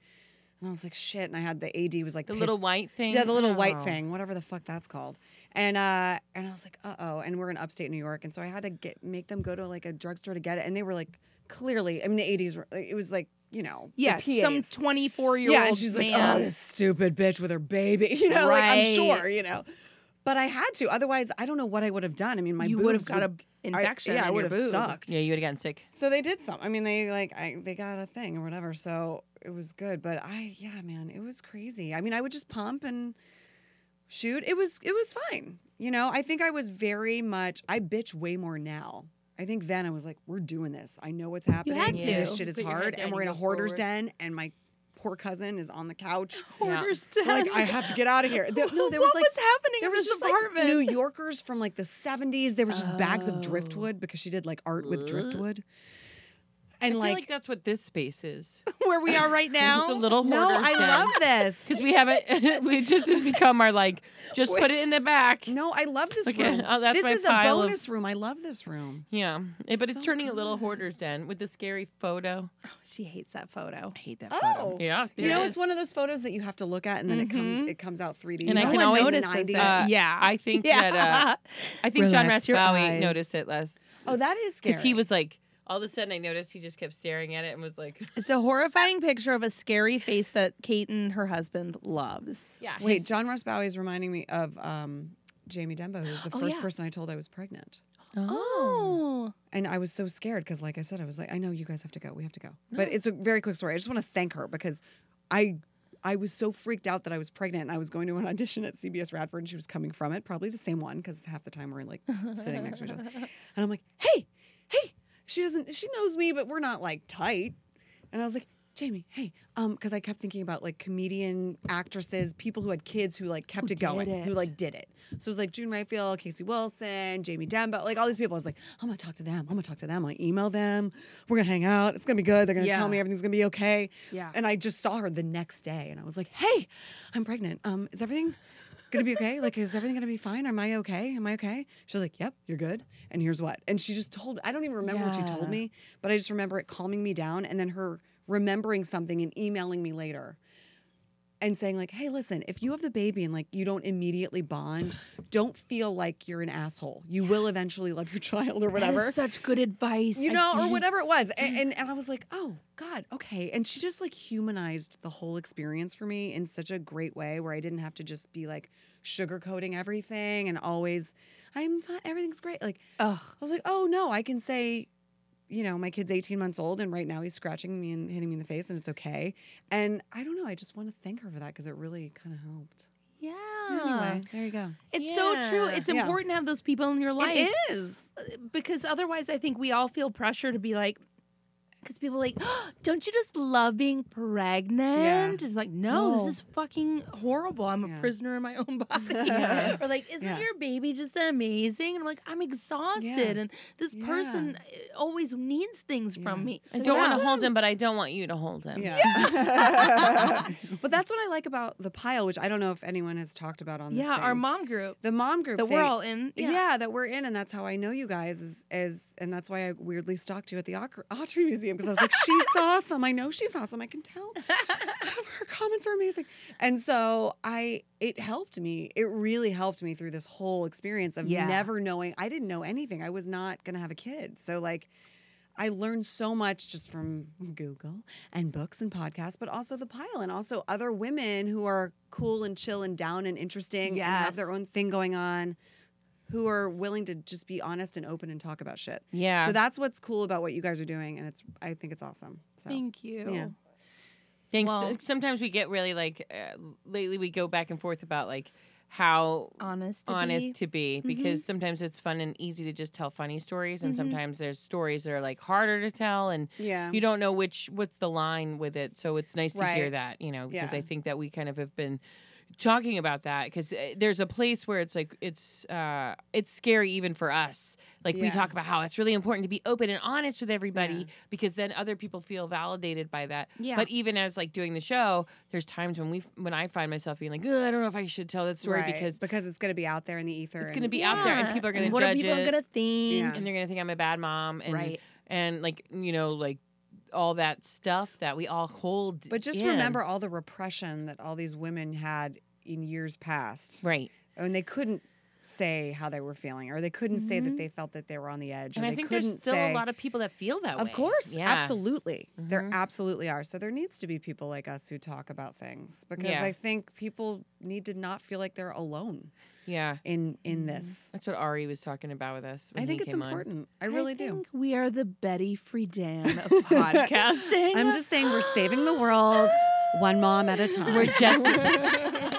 I was like, shit. And I had the AD was like,
the little
pissed-
white thing.
Yeah, the little white
Oh.
thing, whatever the fuck that's called. And uh, and I was like, uh oh. And we're in upstate New York, and so I had to get make them go to like a drugstore to get it, and they were like, clearly, I mean, the eighties, it was like, you know, the
Yeah, some
PAs.
twenty-four year old.
Yeah, and she's
man.
like, oh, this stupid bitch with her baby. You know, like I'm
Right.
sure, you know. But I had to, otherwise, I don't know what I would have done. I mean, my
you would
boobs
have got an
I-
infection.
yeah,
in
I would
your
have
boob.
sucked.
Yeah, you would have gotten sick.
So they did some. I mean, they like I, they got a thing or whatever. So it was good. But I, yeah, man, it was crazy. I mean, I would just pump and shoot. It was it was fine. You know, I think I was very much. I bitch way more now. I think then I was like, we're doing this. I know what's happening.
had
and This
to.
shit is
Put your head
hard,
down
and we're in
and go
a hoarder's
forward.
den, and my poor cousin is on the couch.
Hoarders
like I have to get out of here. There- no, there was
what
like
was happening
there
in
was
this
just like
apartment?
New Yorkers from like the 70s. There was just bags
Oh.
of driftwood because she did like art with driftwood.
I
And
feel
like,
like, that's what this space is.
where we are right now.
It's a little
no,
hoarder's
I
den.
love this.
because we haven't. we just has become our like. Just put it in the back.
No, I love this
Look at-
room.
oh, that's
this
my
is a
pile of-
bonus room. I love this room.
Yeah, Eh, but
It's
it's
so
turning a little
good.
hoarder's den with the scary photo.
she hates that photo.
I hate that
Oh.
photo. Yeah,
You
there
know,
it
it's
is.
one of those photos that you have to look at and then it
Mhm.
comes it comes out 3D.
And I
No
can
one
always-
notices
notices
90s.
it.
Uh,
yeah,
I think
yeah.
that uh, I think John
Relax
Ratz
your
Bowie
eyes.
noticed it last
oh, that is scary.
because he was like all of a sudden I noticed he just kept staring at it and was like,
it's a horrifying picture of a scary face that Kate and her husband loves.
yeah,
Wait, John Ross Bowie is reminding me of um, Jamie Dembo, who's the
Oh,
first
yeah.
person I told I was pregnant.
oh,
And I was so scared because, like I said, I was like, I know you guys have to go. We have to go. But
No.
it's a very quick story. I just want to thank her because I I was so freaked out that I was pregnant and I was going to an audition at CBS Radford and she was coming from it, probably the same one because half the time we're like sitting next to each other. And I'm like, hey, hey, she doesn't, she knows me, but we're not like tight. And I was like, Jamie, hey, um, because I kept thinking about like comedian actresses, people who had kids who like kept it going,
did
who
it.
like did it. So it was like June Raphael, Casey Wilson, Jamie Dembo, like all these people. I was like, I'm gonna talk to them. I'm gonna talk to them. I email them. We're gonna hang out. It's gonna be good. They're gonna
Yeah.
tell me everything's gonna be okay.
Yeah.
And I just saw her the next day, and I was like, "Hey, I'm pregnant. Um, is everything gonna be okay? Like, is everything gonna be fine? Am I okay? Am I okay?" She was like, "Yep, you're good." And here's what. And she just told. I don't even remember what she told
Yeah.
me, but I just remember it calming me down, and then her remembering something and emailing me later. And saying like, "Hey, listen, if you have the baby and like you don't immediately bond, don't feel like you're an asshole. You will eventually love your child or whatever."
such good advice.
you know, or whatever it was. And,
Mm.
and and I was like, oh God, okay. And she just like humanized the whole experience for me in such a great way, where I didn't have to just be like sugarcoating everything and always, I'm fine, everything's great. Like
Oh,
I was like, oh no, I can say, you know, my kid's 18 months old, and right now he's scratching me and hitting me in the face, and it's okay. And I don't know, I just want to thank her for that because it really kind of helped.
yeah. Ah.
Anyway, there you go.
It's so true.
Yeah.
It's
Yeah.
important to have those people in your life.
is.
because otherwise I think we all feel pressure to be like because people are like, don't you just love being pregnant? It's like, no,
No.
this is fucking horrible. I'm
Yeah.
a prisoner in my own body.
Yeah.
Or like, isn't
Yeah.
your baby just amazing? And I'm like, I'm exhausted, and this
Yeah.
person uh, always needs things
Yeah.
from me.
I
So
don't
that's
want to
what
hold him, but I don't want you to hold him.
Yeah. but that's what I like about the pile, which I don't know if anyone has talked about on this.
yeah, our
thing.
mom group
the mom group
that
thing.
we're all in.
yeah.
Yeah.
that we're in, and that's how I know you guys is, is and that's why I weirdly stalked you at the Aut- Autry Museum because I was like, she's awesome. I know she's awesome. I can tell. Her comments are amazing, and so I it helped me. It really helped me through this whole experience of
Yeah.
never knowing. I didn't know anything. I was not gonna have a kid, so like. I learned so much just from Google and books and podcasts, but also the pile and also other women who are cool and chill and down and interesting and have their
Yes.
own thing going on who are willing to just be honest and open and talk about shit.
Yeah.
So that's what's cool about what you guys are doing and it's I think it's awesome. So
Thank you.
Yeah.
Thanks.
Well-
Sometimes we get really like uh, lately we go back and forth about like how
Honest. to
honest
be-
to
Mm-hmm.
be because sometimes it's fun and easy to just tell funny stories and
Mhm.
sometimes there's stories that are like harder to tell and
Mm-hmm. yeah.
you don't know which what's the line with it so it's nice to hear
Right.
that you know because
Yeah.
i think that we kind of have been talking about that because there's a place where it's like it's uh it's scary even for us like we
Yeah.
talk about how it's really important to be open and honest with everybody
Yeah.
because then other people feel validated by that
Yeah.
but e, even as like doing the show there's times when we when i find myself being like "Ugh, i don't know if i should tell that story
Right.
because
because it's going to be out there in the ether.
it's
and-
going to be out there and
Yeah.
people are going to
what
judge
are people
it
gonna think?
Yeah.
and they're going to think i'm a bad mom and
right.
and like you know like all that stuff that we all hold
But just
in.
remember all the repression that all these women had in years past.
right
And they couldn't say how they were feeling or they couldn't say that
Mhm.
they felt that they were on the edge
Mm-hmm. and
or
i
they
think
couldn't
there's still
say,
a lot of people that feel that way
Of course,
yeah
absolutely. There
Mhm.
absolutely are. So there needs to be people like us who talk about things because
Yeah.
I think people need to not feel like they're alone
yeah
in in
Mhm.
this.
Mm-hmm. that's what ari was talking about with us when he
I think it's
came on.
important. I really do.
think We are the Betty Friedan of podcasting.
I'm just saying we're saving the world one mom at a time.
we're just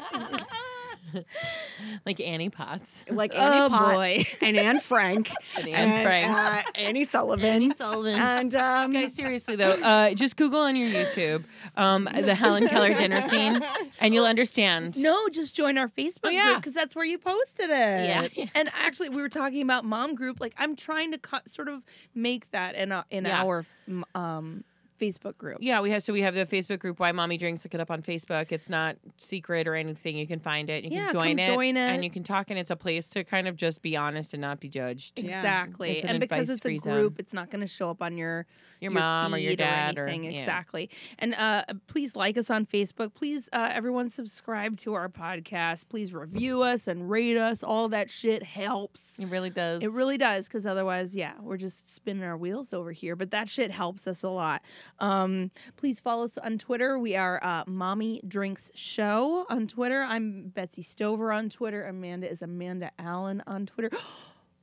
like annie potts
like Annie
Oh,
Potts
boy.
and Anne Frank
and anne frank
uh, Annie Sullivan
Annie Sullivan.
and um,
Guys, seriously though, uh, just Google on your YouTube um, the Helen Keller dinner scene, and you'll understand.
No, just join our Facebook
Oh, yeah.
group because that's where you posted it.
Yeah.
And actually, we were talking about mom group. Like, I'm trying to co- sort of make that in, a, in
Yeah.
our mm, um, Facebook group.
Yeah, we have so we have the Facebook group Why Mommy Drinks. Look it up on Facebook. It's not secret or anything. You can find it. You
Yeah,
can join
come
it,
join it.
and you can talk. And it's a place to kind of just be honest and not be judged.
Yeah.
Exactly.
It's an
and because it's a
advice-free
group,
zone.
it's not going to show up on your
Your, mom or your
feed
dad or,
anything.
yeah.
exactly. And uh, please like us on Facebook. Please, uh, everyone, subscribe to our podcast. Please review us and rate us. All that shit helps.
It really does.
It really does, because otherwise, yeah, we're just spinning our wheels over here. But that shit helps us a lot. Um, please follow us on Twitter. We are uh, Mommy Drinks Show on Twitter. I'm Betsy Stover on Twitter. Amanda is Amanda Allen on Twitter.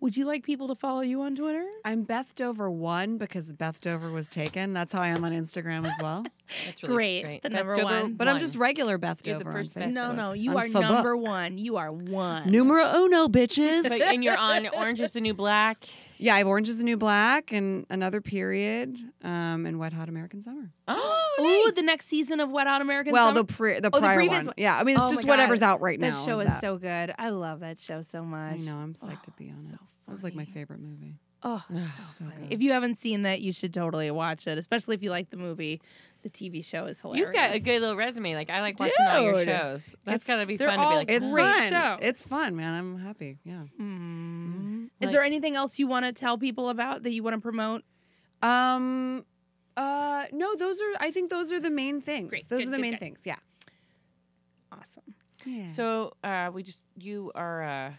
Would you like people to follow you on Twitter?
I'm Beth Dover one because Beth Dover was taken. That's how I am on Instagram as well.
That's really
Great,
great.
the
Beth
number
Dover
one.
But I'm just
won.
regular Beth
You're the
Dover.
first
on
Beth.
No,
Facebook.
no, you
On
are
Facebook.
number one. You are one.
Numero uno, bitches.
But, and you're on Orange is the New Black.
yeah, I have Orange is the New Black and Another Period um, and Wet Hot American Summer.
Oh,
Ooh,
nice.
the next season of Wet Hot American
well,
Summer.
the, pre- the
Oh, the
prior
previous
one.
one.
Yeah, I mean, it's
Oh my
just whatever's
God.
out right
that
now.
show is
that.
so good. I love that show so much.
I know, I'm psyched to be on it.
So
That was like my
funny.
favorite movie.
Oh,
So
funny.
good.
If you haven't seen that, you should totally watch it, especially if you like the movie. The TV show is hilarious.
You've got a good little resume. Like I like watching all your
Dude.
shows. That's
It's-
gotta be
they're
fun to be
all
like.
It's
Great
fun.
show.
It's fun, man. I'm happy. Yeah. Mm.
Hmm. Mm. Is
Like-
there anything else you want to tell people about that you want to promote?
Um. Uh. No, those are. I think those are the main things.
Great.
Those
Good,
are the
good,
main
good.
things. Yeah.
Awesome.
Yeah.
So uh, we just you are uh,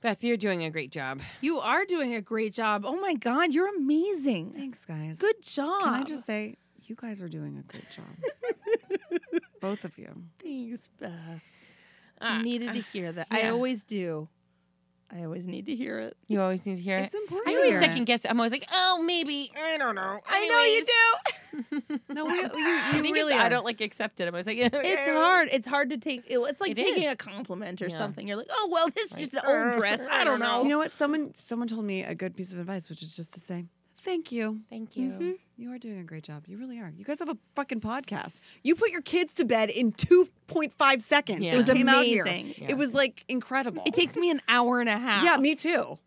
Beth. You're doing a great job.
You are doing a great job. Oh my God, you're amazing.
thanks, guys.
Good job.
Can I just say, you guys are doing a great job. Both of you.
thanks, Beth.
Ah,
Needed
ah.
to hear that. I
yeah.
always do. I always need to hear it.
You always need to hear it.
It's important.
I always second guess. it. I'm always like, oh, maybe I don't know. Anyways.
do.
No, we, you,
I
you
think
really.
it's-
Are.
I don't like accept it. I'm always like, "Oh,
It's hard. It's hard to take. it- it's like
It
taking
is.
a compliment or
Yeah.
something. You're like, oh well, this is
Like,
just an old
uh,
dress. I don't know.
You know what? Someone someone told me a good piece of advice, which is just to say, thank you.
Thank you.
Mhm.
You are doing a great job. You really are. You guys have a fucking podcast. You put your kids to bed in 2.5 seconds.
Yeah.
It was amazing.
came out here.
Yeah.
It was like incredible.
It takes me an hour and a half.
Yeah, me too.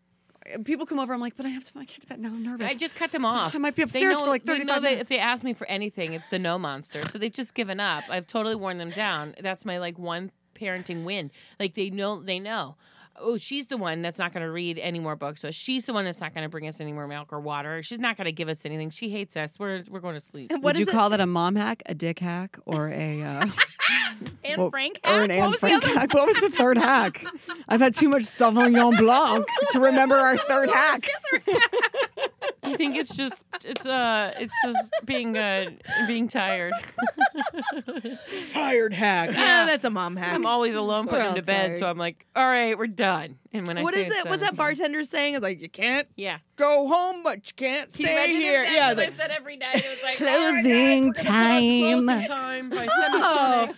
People come over. I'm like, but I have to put my kid to bed. Now I'm nervous.
I just cut them off.
I might be
They
upstairs
know-
for like
they know that
35 minutes.
if they ask me for anything, it's the no monster. So they've just given up. I've totally worn them down. That's my like one parenting win. Like they know they know. Oh, she's the one that's not going to read any more books. So she's the one that's not going to bring us any more milk or water. She's not going to give us anything. She hates us. We're we're going to sleep.
And what
Would you
is it?
call that a mom hack, a dick hack, or a uh,
Anne
Well,
Frank?
or an
What
Anne
was the
Frank
other-
hack? What was the third hack? I've had too much Sauvignon Blanc to remember our third hack.
I think it's just it's uh it's just being uh being tired.
Tired hack.
Yeah, that's a mom hack.
I'm always alone
We're
putting him
all
to bed, so
tired.
I'm like, all right, we're done. And when I
What
say
is
it's
it?
done,
What's
it's done.
that bartender saying? It's like you can't
Yeah.
go home, but you can't stay here. Yeah, it's like,
every night. It was like,
"Oh, Closing time.
time by
oh,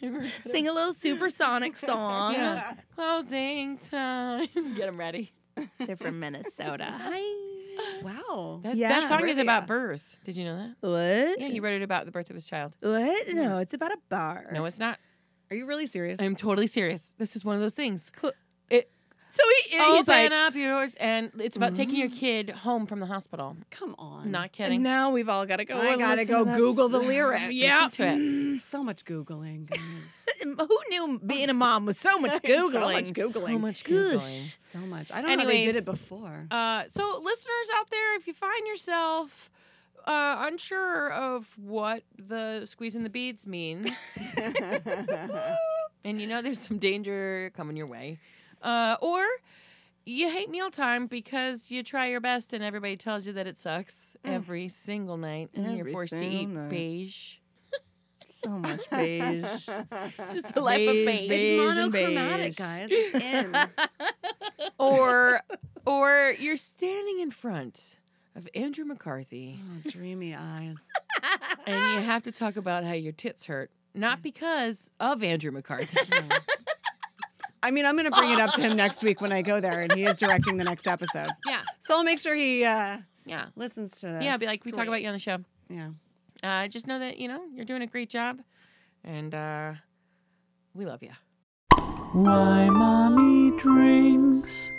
semi
sing a little supersonic song.
Yeah. Closing time. Get them ready.
They're from Minnesota. Hi.
Wow.
That,
Yeah.
that song is
Trivia.
about birth. Did you know that?
What?
Yeah, he wrote it about the birth of his child.
What?
Yeah.
No, it's about a bar.
No, it's not.
Are you really serious?
I'm totally serious. This is one of those things.
so he, he's
Open
like, Mm.
up yours, and it's about taking your kid home from the hospital.
Come on.
Not kidding.
now we've all got to go.
I
and
gotta
listen
go
to that
Google the
song."
lyrics.
Yeah.
Listen to it.
Mm, So much Googling. guys.
Who knew being a mom was so much
So
Googling?
much
So
Googling.
much Googling.
So much. I don't know how they did it
Anyways.
before.
Uh, so, listeners out there, if you find yourself uh, unsure of what the squeezing the beads means, and you know there's some danger coming your way, uh, or you hate mealtime because you try your best and everybody tells you that it sucks
Mm.
every single night, and
Every
you're forced to
single
eat
night.
beige.
So much beige.
Just a life of beige.
It's
and
monochromatic,
beige.
guys. It's in.
or, or you're standing in front of Andrew McCarthy.
Oh, dreamy eyes.
and you have to talk about how your tits hurt, not because of Andrew McCarthy.
I mean, I'm going to bring it up to him next week when I go there, and he is directing the next episode.
yeah,
So I'll make sure he uh,
yeah,
listens to this.
yeah. Be like, we talk about you on the show.
yeah.
Uh, just know that you know you're doing a great job, and uh, we love you.
Why mommy drinks.